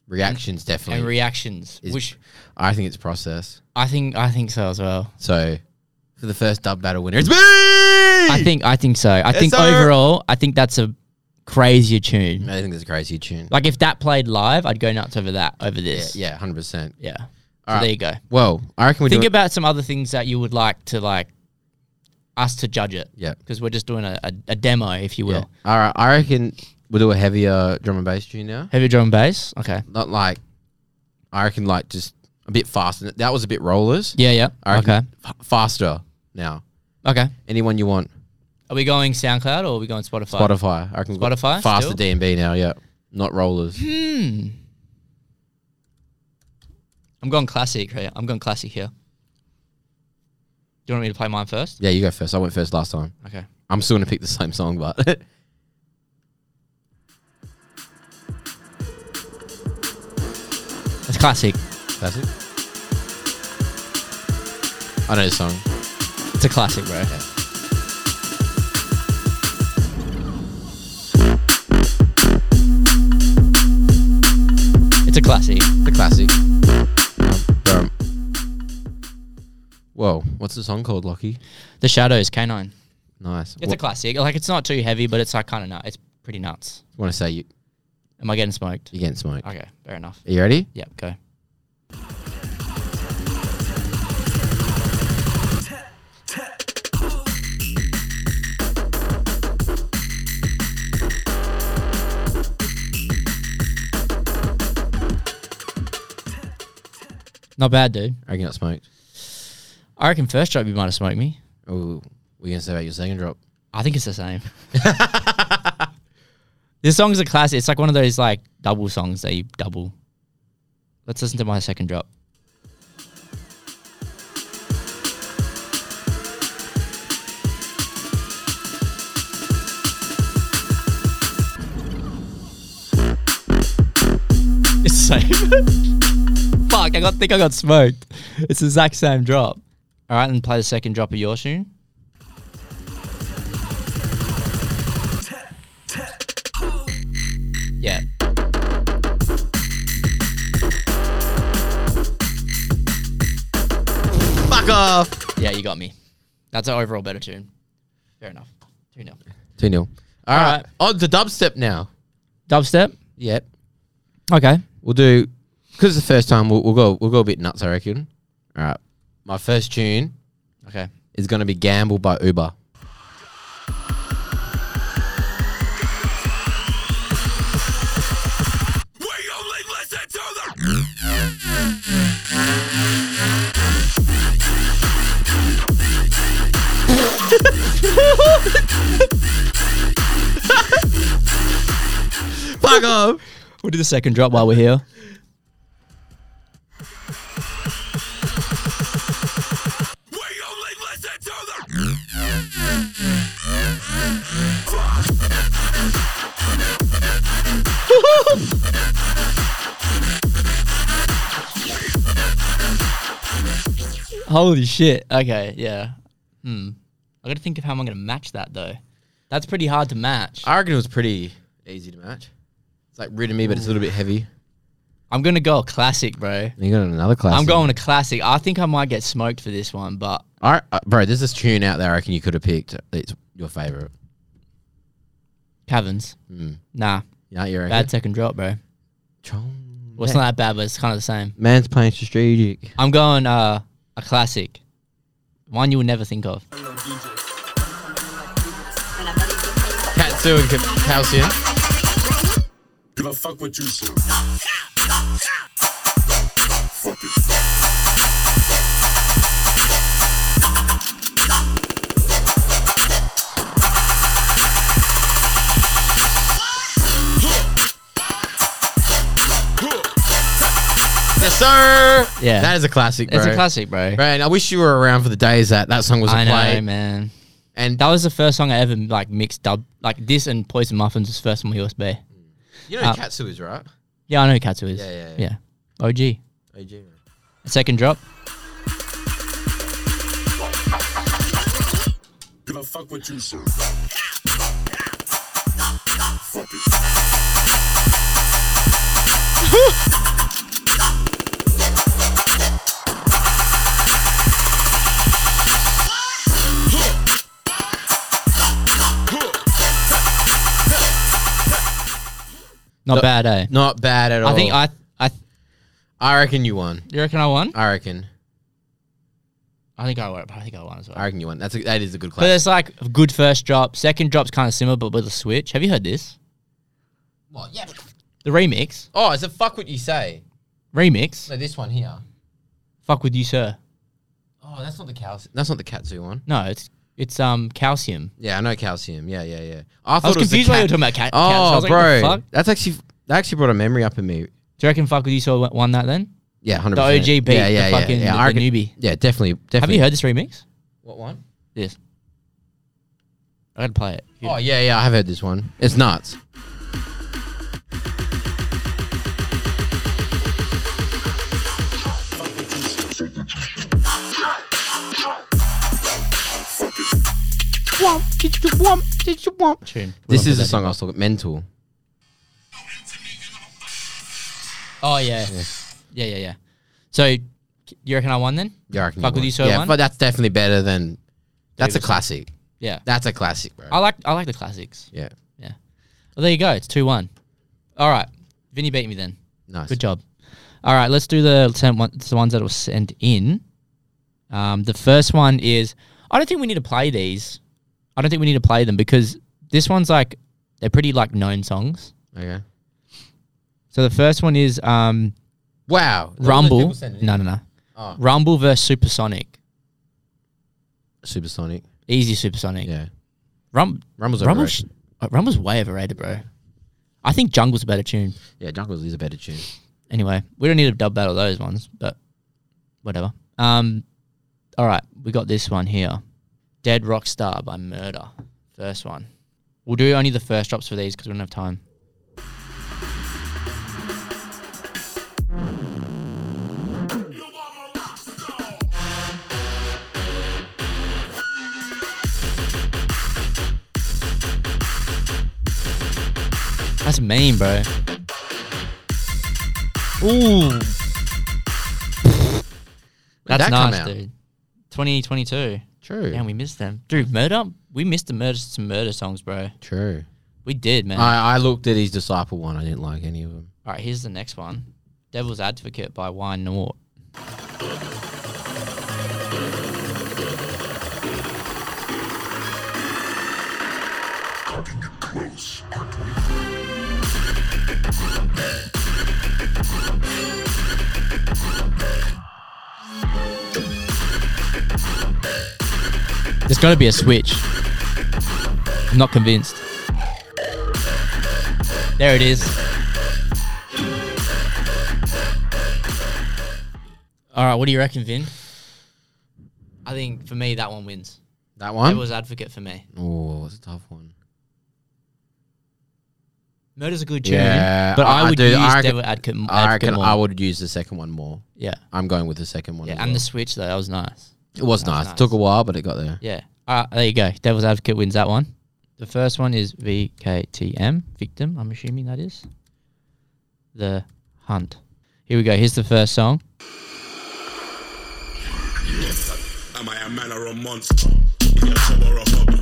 Speaker 3: Reactions definitely.
Speaker 2: And reactions,
Speaker 3: Is-
Speaker 2: which
Speaker 3: I think it's process.
Speaker 2: I think I think so as well.
Speaker 3: So for the first dub battle winner, it's me. I
Speaker 2: I think I think so. I think
Speaker 3: sir.
Speaker 2: overall, I think that's a crazier tune.
Speaker 3: I think that's a crazy tune.
Speaker 2: Like if that played live, I'd go nuts over that, over this.
Speaker 3: Yeah, hundred percent.
Speaker 2: yeah. So
Speaker 3: right.
Speaker 2: there you go.
Speaker 3: Well, I reckon we
Speaker 2: Think
Speaker 3: do
Speaker 2: about some other things that you would like to like us to judge it.
Speaker 3: Yeah.
Speaker 2: because we're just doing a, a, a demo, if you will.
Speaker 3: Yeah. All right. I reckon we'll do a heavier drum and bass tune now.
Speaker 2: Heavy drum and bass. Okay.
Speaker 3: Not like, I reckon like just a bit faster. That was a bit rollers.
Speaker 2: Yeah. Yeah.
Speaker 3: I reckon
Speaker 2: Okay.
Speaker 3: f- faster now.
Speaker 2: Okay.
Speaker 3: Anyone you want.
Speaker 2: Are we going SoundCloud or are we going Spotify?
Speaker 3: Spotify. I reckon we've got
Speaker 2: Spotify
Speaker 3: Faster
Speaker 2: still?
Speaker 3: DMB now. Yeah. Not rollers.
Speaker 2: I'm going classic. Right? I'm going classic here. Do you want me to play mine first?
Speaker 3: yeah, you go first. I went first last time.
Speaker 2: Okay.
Speaker 3: I'm still gonna pick the same song, but
Speaker 2: That's classic.
Speaker 3: Classic. I know the song.
Speaker 2: It's a classic, bro. It's a classic.
Speaker 3: The classic. Um, Whoa, what's the song called, Lockie?
Speaker 2: The Shadows, K9.
Speaker 3: Nice.
Speaker 2: It's a classic. Like it's not too heavy, but it's like kind of nuts. It's pretty nuts.
Speaker 3: want to say you,
Speaker 2: Am I getting smoked?
Speaker 3: you're getting smoked.
Speaker 2: Okay, fair enough.
Speaker 3: Are you ready?
Speaker 2: Yep, go. Not bad, dude.
Speaker 3: Are you not smoked?
Speaker 2: I reckon first drop you might have smoked me.
Speaker 3: Oh, we're going to say about your second drop.
Speaker 2: I think it's the same. this song's a classic. It's like one of those like double songs that you double. Let's listen to my second drop. It's the same. Fuck, I got think I got smoked. It's the exact same drop. All right, and play the second drop of your tune. Yeah.
Speaker 3: Fuck off!
Speaker 2: Yeah, you got me. That's an overall better tune. Fair enough. 2 0.
Speaker 3: 2 0. All right. On to dubstep now.
Speaker 2: Dubstep?
Speaker 3: Yep.
Speaker 2: Okay.
Speaker 3: We'll do, because it's the first time, we'll, we'll, go, we'll go a bit nuts, I reckon. All right. My first tune
Speaker 2: Okay.
Speaker 3: is going to be Gamble by Uber.
Speaker 4: We only listen to the.
Speaker 3: Fuck off!
Speaker 2: We'll do the second drop while we're here.
Speaker 4: We only listen to the.
Speaker 2: Holy shit. Okay, yeah. Hmm. I gotta think of how I'm gonna match that though. That's pretty hard to match.
Speaker 3: I reckon it was pretty easy to match. It's like rid of me, but it's a little bit heavy.
Speaker 2: I'm gonna go a classic, bro.
Speaker 3: You got another class.
Speaker 2: I'm going a classic. I think I might get smoked for this one, but
Speaker 3: All right, uh, bro. There's this tune out there. I reckon you could have picked. It's your favorite.
Speaker 2: Caverns. Nah.
Speaker 3: Yeah, you reckon?
Speaker 2: Bad second drop, bro.
Speaker 3: Chong.
Speaker 2: Well, it's not that bad, but it's kind of the same.
Speaker 3: Man's playing strategic.
Speaker 2: I'm going uh, a classic. One you would never think of.
Speaker 3: Katsu and Ka- calcium. Yes, sir.
Speaker 2: Yeah.
Speaker 3: that is a classic, bro.
Speaker 2: It's a classic, bro.
Speaker 3: Right, and I wish you were around for the days that that song was a
Speaker 2: I
Speaker 3: play.
Speaker 2: know, man.
Speaker 3: And
Speaker 2: That was the first song I ever like mixed dub like this and Poison Muffins was first on my USB.
Speaker 3: you know
Speaker 2: uh,
Speaker 3: who Katsu is, right?
Speaker 2: Yeah, I know who Katsu is.
Speaker 3: Yeah, yeah,
Speaker 2: yeah. OG.
Speaker 3: OG, man.
Speaker 2: Second drop. Not
Speaker 3: No-
Speaker 2: bad, eh?
Speaker 3: Not bad at all.
Speaker 2: I think I, I,
Speaker 3: I reckon you won.
Speaker 2: you reckon I won?
Speaker 3: I reckon.
Speaker 2: I think I won. I think I won as well.
Speaker 3: I reckon you won. That's a, that is a good
Speaker 2: But
Speaker 3: class.
Speaker 2: it's like a good first drop. Second drop's kind of similar, but with a switch. Have you heard this?
Speaker 3: What? Yeah. but-
Speaker 2: The remix.
Speaker 3: Oh, it's a fuck what you say.
Speaker 2: Remix.
Speaker 3: No, this one here.
Speaker 2: Fuck with you, sir.
Speaker 3: Oh, that's not the calcium. That's not the Katsu one.
Speaker 2: No, it's it's um calcium.
Speaker 3: Yeah, I know calcium. Yeah, yeah, yeah. I, thought
Speaker 2: I was
Speaker 3: it the
Speaker 2: confused why you were
Speaker 3: cat-
Speaker 2: talking about cat.
Speaker 3: Oh,
Speaker 2: cats. I was like, what
Speaker 3: bro,
Speaker 2: the fuck?
Speaker 3: that's actually that actually brought a memory up in me.
Speaker 2: Do you reckon fuck with you, sir won that then?
Speaker 3: Yeah, hundred.
Speaker 2: The OG beat the fucking- the- the newbie.
Speaker 3: Yeah, definitely, definitely.
Speaker 2: Have you heard this remix?
Speaker 3: what one?
Speaker 2: This. I gotta play it.
Speaker 3: Oh yeah, yeah, I have heard this one. It's nuts.
Speaker 2: Tune.
Speaker 3: This is the song I was talking Mental.
Speaker 2: Oh yeah. yeah, yeah, yeah. So you reckon I won then?
Speaker 3: Yeah, I reckon
Speaker 2: Fuck
Speaker 3: you
Speaker 2: with
Speaker 3: won.
Speaker 2: you, so
Speaker 3: Yeah,
Speaker 2: won?
Speaker 3: but that's definitely better than. That's a classic.
Speaker 2: Yeah.
Speaker 3: That's a classic, bro.
Speaker 2: I like I like the classics.
Speaker 3: yeah.
Speaker 2: Yeah. Well, there you go. It's two one. All right, Vinny beat me then.
Speaker 3: Nice.
Speaker 2: Good job. All right, let's do the ten one, the ones that were sent in. Um, the first one is I don't think we need to play these. I don't think we need to play them because this one's like they're pretty like known songs.
Speaker 3: Okay.
Speaker 2: So the first one is um,
Speaker 3: Wow.
Speaker 2: Rumble. No, no, no.
Speaker 3: Oh.
Speaker 2: Rumble versus Supersonic.
Speaker 3: Supersonic.
Speaker 2: Easy Supersonic.
Speaker 3: Yeah.
Speaker 2: Rum-
Speaker 3: Rumble's
Speaker 2: Rumble.
Speaker 3: overrated.
Speaker 2: sh- uh, Rumble's way overrated, bro. I think Jungle's a better tune.
Speaker 3: Yeah, Jungles is a better tune.
Speaker 2: anyway, we don't need to dub battle those ones, but whatever. Um, all right, we got this one here, "Dead Rock Star" by Murder. First one. We'll do only the first drops for these because we don't have time. That's mean, bro. Ooh. That's
Speaker 3: that come
Speaker 2: nice,
Speaker 3: out?
Speaker 2: dude. 2022.
Speaker 3: True.
Speaker 2: Damn, we missed them. Dude, murder. We missed the murder some murder songs, bro.
Speaker 3: True.
Speaker 2: We did, man.
Speaker 3: I, I looked at his disciple one. I didn't like any of them.
Speaker 2: All right, here's the next one. Devil's Advocate by Wine Nought. There's got to be a switch. I'm not convinced. There it is. All right, what do you reckon, Vin? I think for me that one wins.
Speaker 3: That
Speaker 2: It
Speaker 3: one?
Speaker 2: was advocate for me.
Speaker 3: oh, it's a tough one.
Speaker 2: Murder's a good tune,
Speaker 3: Yeah,
Speaker 2: but I,
Speaker 3: I- I
Speaker 2: would
Speaker 3: do-
Speaker 2: use
Speaker 3: I reckon-
Speaker 2: devil advocate, m-
Speaker 3: I
Speaker 2: advocate
Speaker 3: reckon
Speaker 2: more.
Speaker 3: I would use the second one more.
Speaker 2: Yeah,
Speaker 3: I'm going with the second one.
Speaker 2: yeah,
Speaker 3: as
Speaker 2: and
Speaker 3: well.
Speaker 2: the switch though that was nice.
Speaker 3: it was
Speaker 2: that was
Speaker 3: nice.
Speaker 2: nice.
Speaker 3: It took a while, but it got there.
Speaker 2: Yeah. All right, there you go. Devil's advocate wins that one. The first one is VKTM, victim. I'm assuming that is the hunt. Here we go. Here's the first song.
Speaker 7: Am I a man or a monster? Be a chub or a bubble?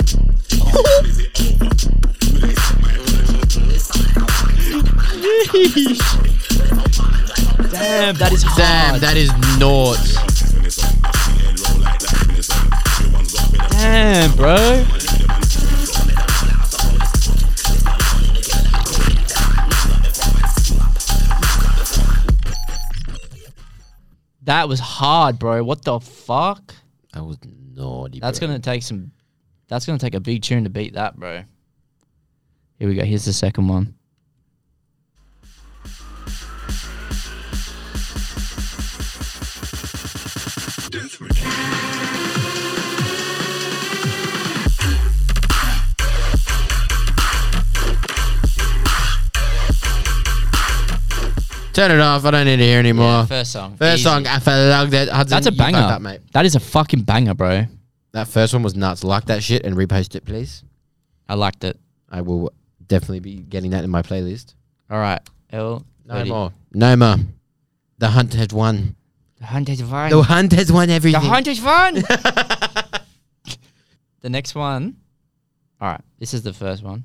Speaker 7: Is it over? Will they set my
Speaker 2: Damn, that is
Speaker 3: Damn, that is nuts.
Speaker 2: Damn, bro. That was hard, bro. What the fuck?
Speaker 3: That was naughty.
Speaker 2: That's
Speaker 3: bro.
Speaker 2: gonna take some. That's gonna take a big tune to beat that, bro. Here we go. Here's the second one.
Speaker 3: turn it off. I don't need to hear anymore.
Speaker 2: Yeah, first
Speaker 3: first
Speaker 2: song. Easy.
Speaker 3: song, I felt like that. Hudson,
Speaker 2: That's a
Speaker 3: you fucked
Speaker 2: banger.
Speaker 3: up, mate.
Speaker 2: That is a fucking banger, bro.
Speaker 3: That first one was nuts. Like that shit and repost it, please.
Speaker 2: I liked it.
Speaker 3: I will definitely be getting that in my playlist.
Speaker 2: All right. L.
Speaker 3: No more. No more. The hunt has won.
Speaker 2: The hunt is fine.
Speaker 3: The hunt has won
Speaker 2: The
Speaker 3: everything.
Speaker 2: hunt is fun. the next one. All right, this is the first one.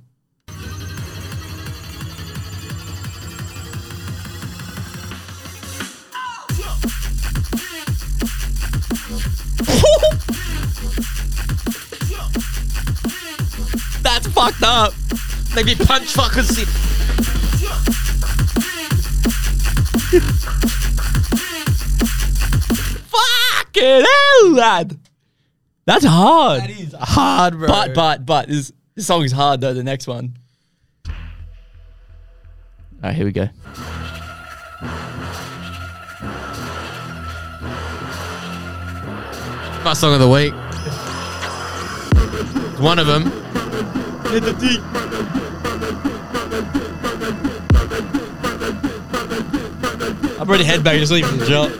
Speaker 2: That's fucked up.
Speaker 3: Make me punch fucking see.
Speaker 2: Fucking hell, lad. That's hard. That is
Speaker 3: Hard, bro.
Speaker 2: But but but this, this song is hard though. The next one. All right, here we go.
Speaker 3: My song of the week. One of them.
Speaker 2: I'm already headbanging. Just leaving the job.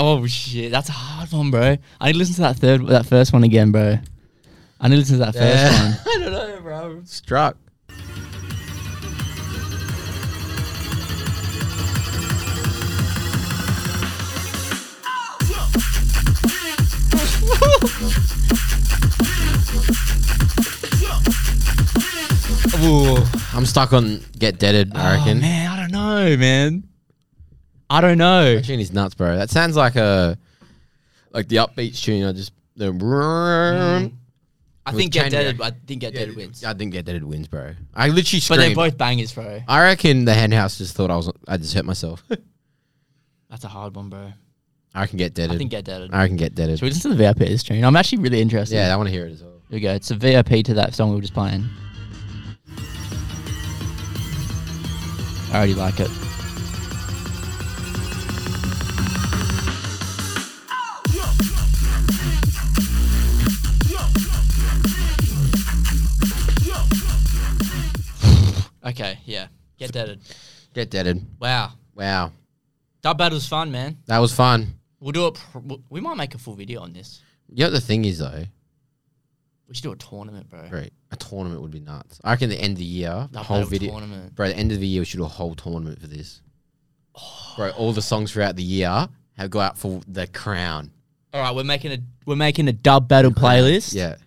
Speaker 2: Oh, that's a hard one, bro. I need to listen to that third, that first one again, bro. I need to listen to that first one.
Speaker 3: I don't know, bro. Struck. I'm stuck on get deaded. I
Speaker 2: Oh,
Speaker 3: reckon.
Speaker 2: man, I don't know, man. I don't know.
Speaker 3: Tune is nuts, bro. That sounds like a like the upbeat tune. I just the.
Speaker 2: Mm. I
Speaker 3: With
Speaker 2: think get
Speaker 3: Kanye.
Speaker 2: dead. I think get
Speaker 3: Yeah,
Speaker 2: dead wins.
Speaker 3: I think get deaded wins, bro. I literally
Speaker 2: But they're
Speaker 3: screamed.
Speaker 2: both bangers, bro.
Speaker 3: I reckon the hen house just thought I was. I just hurt myself.
Speaker 2: That's a hard one, bro.
Speaker 3: I can get deaded.
Speaker 2: I think get dead.
Speaker 3: I can get deaded.
Speaker 2: Should we listen to the VIP this tune? I'm actually really interested.
Speaker 3: Yeah, I want to hear it as well.
Speaker 2: Here we go. It's a VIP to that song we were just playing. I already like it. Okay, yeah. Get deaded.
Speaker 3: Get deaded.
Speaker 2: Wow.
Speaker 3: Wow,
Speaker 2: That battle's fun, man.
Speaker 3: that was fun.
Speaker 2: We'll do a. Pr- w- we might make a full video on this.
Speaker 3: You know what the thing is though,
Speaker 2: We should do a tournament, bro.
Speaker 3: bro. A tournament would be nuts. I reckon the end of the year, the
Speaker 2: That
Speaker 3: whole
Speaker 2: battle
Speaker 3: video,
Speaker 2: tournament.
Speaker 3: bro. The end of the year, we should do a whole tournament for this.
Speaker 2: Oh.
Speaker 3: Bro, all the songs throughout the year have go out for the crown.
Speaker 2: All right, we're making a we're making a dub battle playlist.
Speaker 3: Yeah,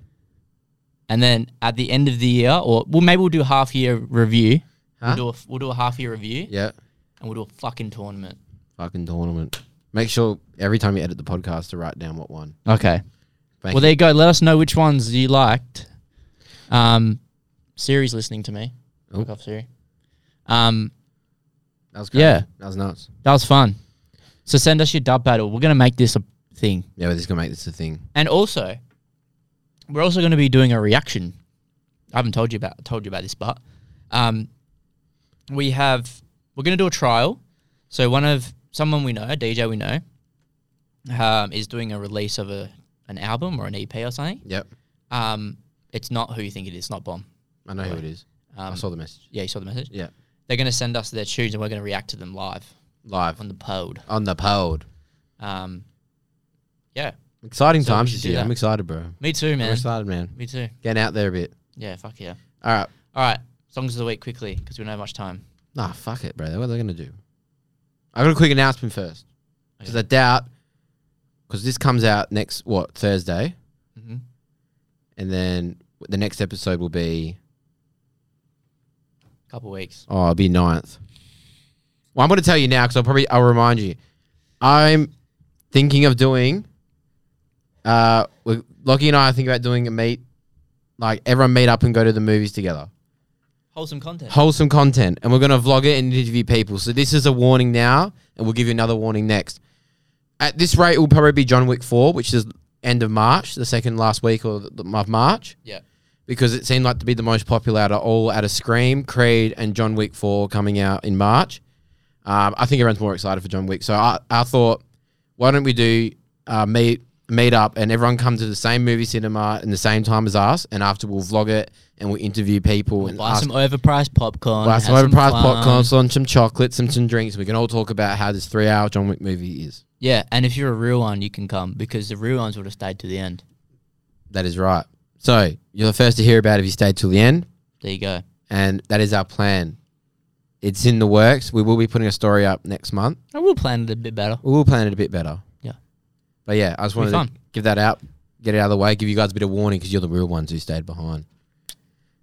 Speaker 2: and then at the end of the year, or well, maybe we'll do a half year review.
Speaker 3: Huh?
Speaker 2: We'll do a we'll do a half year review,
Speaker 3: yeah.
Speaker 2: and we'll do a fucking tournament.
Speaker 3: Fucking tournament. Make sure every time you edit the podcast to write down what one.
Speaker 2: Okay.
Speaker 3: Thank
Speaker 2: well,
Speaker 3: you.
Speaker 2: there you go. Let us know which ones you liked. Um, Siri's listening to me.
Speaker 3: Oh.
Speaker 2: Fuck off, Siri. Um,
Speaker 3: That was crazy.
Speaker 2: Yeah.
Speaker 3: That was nuts.
Speaker 2: that was fun. So send us your dub battle. We're gonna make this a thing,
Speaker 3: Yeah, we're just gonna make this a thing.
Speaker 2: and also, we're also gonna be doing a reaction. I haven't told you about told you about this, but um, we have we're gonna do a trial. So one of someone we know, a DJ we know, um, is doing a release of a an album or an EP or something.
Speaker 3: Yep.
Speaker 2: Um, it's not who you think it is. It's not bomb.
Speaker 3: I know who it is. I saw the message.
Speaker 2: Um, Yeah, you saw the message.
Speaker 3: Yeah.
Speaker 2: They're going to send us their tunes, and we're going to react to them live
Speaker 3: Live.
Speaker 2: on the pod.
Speaker 3: On the pod.
Speaker 2: Um, yeah,
Speaker 3: Exciting
Speaker 2: So we
Speaker 3: times
Speaker 2: should
Speaker 3: this
Speaker 2: do
Speaker 3: year.
Speaker 2: that.
Speaker 3: I'm excited, bro.
Speaker 2: me too,
Speaker 3: I'm
Speaker 2: man.
Speaker 3: excited, man.
Speaker 2: Me too.
Speaker 3: Getting out there a bit.
Speaker 2: Yeah, fuck yeah.
Speaker 3: All right.
Speaker 2: All right, songs of the week quickly because we don't have much time.
Speaker 3: Nah, fuck it, bro. What are they gonna do? I got a quick announcement first,
Speaker 2: Oh,
Speaker 3: because I doubt, because this comes out next what Thursday,
Speaker 2: Mhm.
Speaker 3: and then the next episode will be
Speaker 2: Couple weeks.
Speaker 3: Oh, I'll be ninth. Well, I'm going to tell you now because I'll probably I'll remind you. I'm thinking of doing. Uh, we- Lockie and I are thinking about doing a meet, like everyone meet up and go to the movies together.
Speaker 2: Wholesome content.
Speaker 3: Wholesome content, and we're going to vlog it and interview people. So this is a warning now, and we'll give you another warning next. At this rate, it will probably be John Wick Four, which is end of March, the second last week or the, of March
Speaker 2: yeah.
Speaker 3: because it seemed like to be the most popular out of all out of Scream, Creed, and John Wick 4 coming out in March. Um, I think everyone's more excited for John Wick. So I, I thought, why don't we do uh, meet meet up and everyone come to the same movie cinema in the same time as us, and after we'll vlog it and we'll interview people and
Speaker 2: Buy
Speaker 3: ask-
Speaker 2: some overpriced popcorn.
Speaker 3: buy
Speaker 2: have
Speaker 3: some overpriced
Speaker 2: fun.
Speaker 3: popcorn, some some chocolates, some some drinks. We can all talk about how this three hour John Wick movie is.
Speaker 2: Yeah, and if you're a real one, you can come because the real ones would have stayed to the end.
Speaker 3: That is right. So you're the first to hear about it if you stayed till the end.
Speaker 2: There you go.
Speaker 3: and that is our plan. It's in the works. We will be putting a story up next month.
Speaker 2: I will plan it a bit better.
Speaker 3: We will plan it a bit better.
Speaker 2: Yeah.
Speaker 3: But yeah, I just wanted to
Speaker 2: fun.
Speaker 3: give that out, get it out of the way, give you guys a bit of warning because you're the real ones who stayed behind.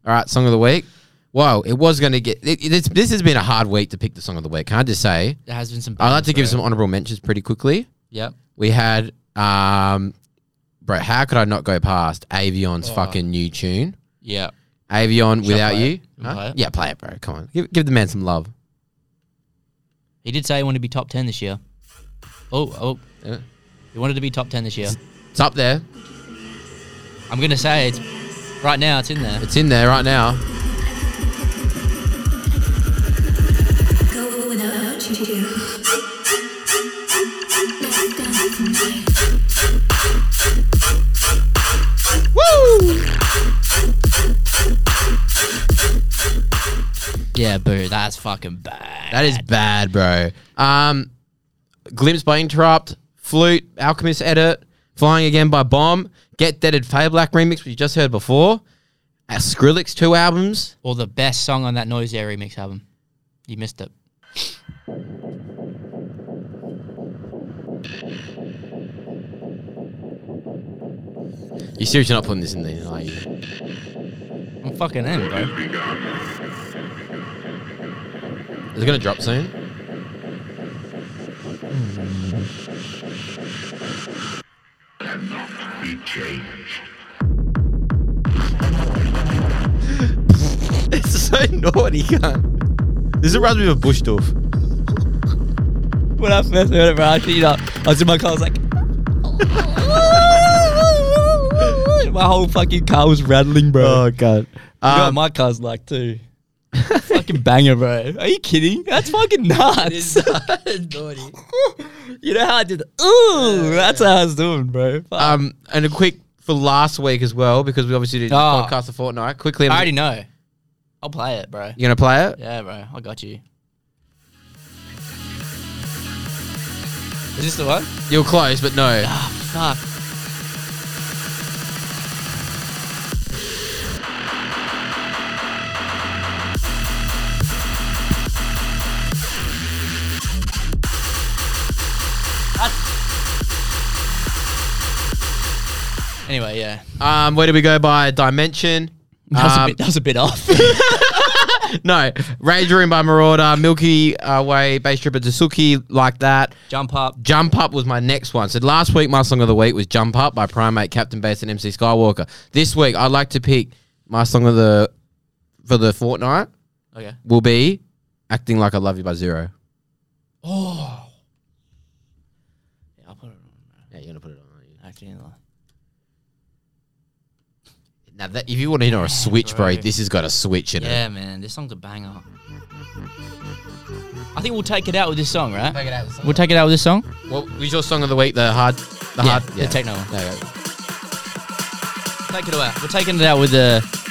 Speaker 3: All right, song of the week. Whoa, it was going to get. It, it- it's, this has been a hard week to pick the song of the week. Can I just say?
Speaker 2: There has been some.
Speaker 3: I'd like to
Speaker 2: bangers,
Speaker 3: give
Speaker 2: bro.
Speaker 3: some honorable mentions pretty quickly.
Speaker 2: Yep.
Speaker 3: We had, um, bro, how could I not go past Avion's fucking new tune?
Speaker 2: Yeah.
Speaker 3: Avion without
Speaker 2: play it?
Speaker 3: you?
Speaker 2: Wanna play it?
Speaker 3: Yeah, play it, bro. Come on. Give, give the man some love.
Speaker 2: He did say he wanted to be top ten this year. Oh, oh.
Speaker 3: Yeah.
Speaker 2: He wanted to be top ten this year.
Speaker 3: It's up there.
Speaker 2: I'm gonna say it's right now. It's in there.
Speaker 3: It's in there right now.
Speaker 8: Go without you.
Speaker 2: Yeah, boo. That's fucking bad.
Speaker 3: That is bad, bro. Um, Glimpse by Interrupt, Flute, Alchemist edit, Flying Again by Bomb, Get Deaded Fade Black remix, which you just heard before, uh, Skrillex two albums,
Speaker 8: Or the best song on that Noise Air remix album. You missed it.
Speaker 3: You seriously not putting this in there, are you?
Speaker 8: I'm fucking in, bro.
Speaker 3: Is it gonna drop soon? it's so naughty, cunt. This reminds me of Bush Doof.
Speaker 2: When I first heard it, bro, I, you know, I was in my car, I was like, my whole fucking car was rattling, bro.
Speaker 3: Oh, God.
Speaker 2: You know what
Speaker 3: Um,
Speaker 2: my car's like too. fucking banger, bro. Are you kidding? That's fucking nuts. you know how I did? The, Ooh, that's how I was doing,
Speaker 8: Uh,
Speaker 2: bro. Fuck.
Speaker 3: um, and a quick for last week as well, because we obviously did
Speaker 8: Ah.
Speaker 3: podcast a fortnight. Quickly,
Speaker 8: I already know. I'll play it, bro.
Speaker 3: you gonna play it?
Speaker 8: Yeah, bro. I got you. Is this the one?
Speaker 3: You're close, but no.
Speaker 8: Fuck. That's- Anyway, yeah.
Speaker 3: Um, where do we go by dimension?
Speaker 8: That was, a
Speaker 3: Um,
Speaker 8: bit, that was a bit off.
Speaker 3: no, Rage Room by Marauder, Milky uh, Way, Bass Tripper, Tsuki, like that.
Speaker 8: Jump up.
Speaker 3: Jump Up was my next one. So last week, my song of the week was Jump Up by Primate, Captain Bass, and MC Skywalker. This week, I'd like to pick my song of the for the fortnight
Speaker 8: Okay.
Speaker 3: will be Acting Like I Love You by Zero.
Speaker 8: Yeah, I'll put it on.
Speaker 3: Yeah, you're gonna put it on. aren't you?
Speaker 8: Actually, no.
Speaker 3: Now, that, if you want to know a switch, bro,
Speaker 8: bro.
Speaker 3: this has got a switch in it.
Speaker 8: Yeah, man, this song's a banger. I think we'll take it out with this song, right?
Speaker 3: Take it out with song.
Speaker 8: We'll take it out with this song.
Speaker 3: What was your song of the week? The hard, the
Speaker 8: Yeah,
Speaker 3: hard,
Speaker 8: the techno one.
Speaker 3: There you go.
Speaker 8: Take it out. We're taking it out with the.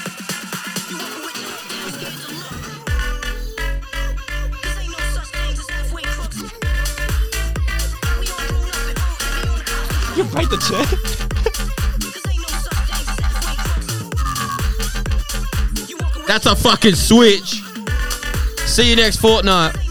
Speaker 8: You break the chair.
Speaker 3: That's a fucking switch. See you next fortnight.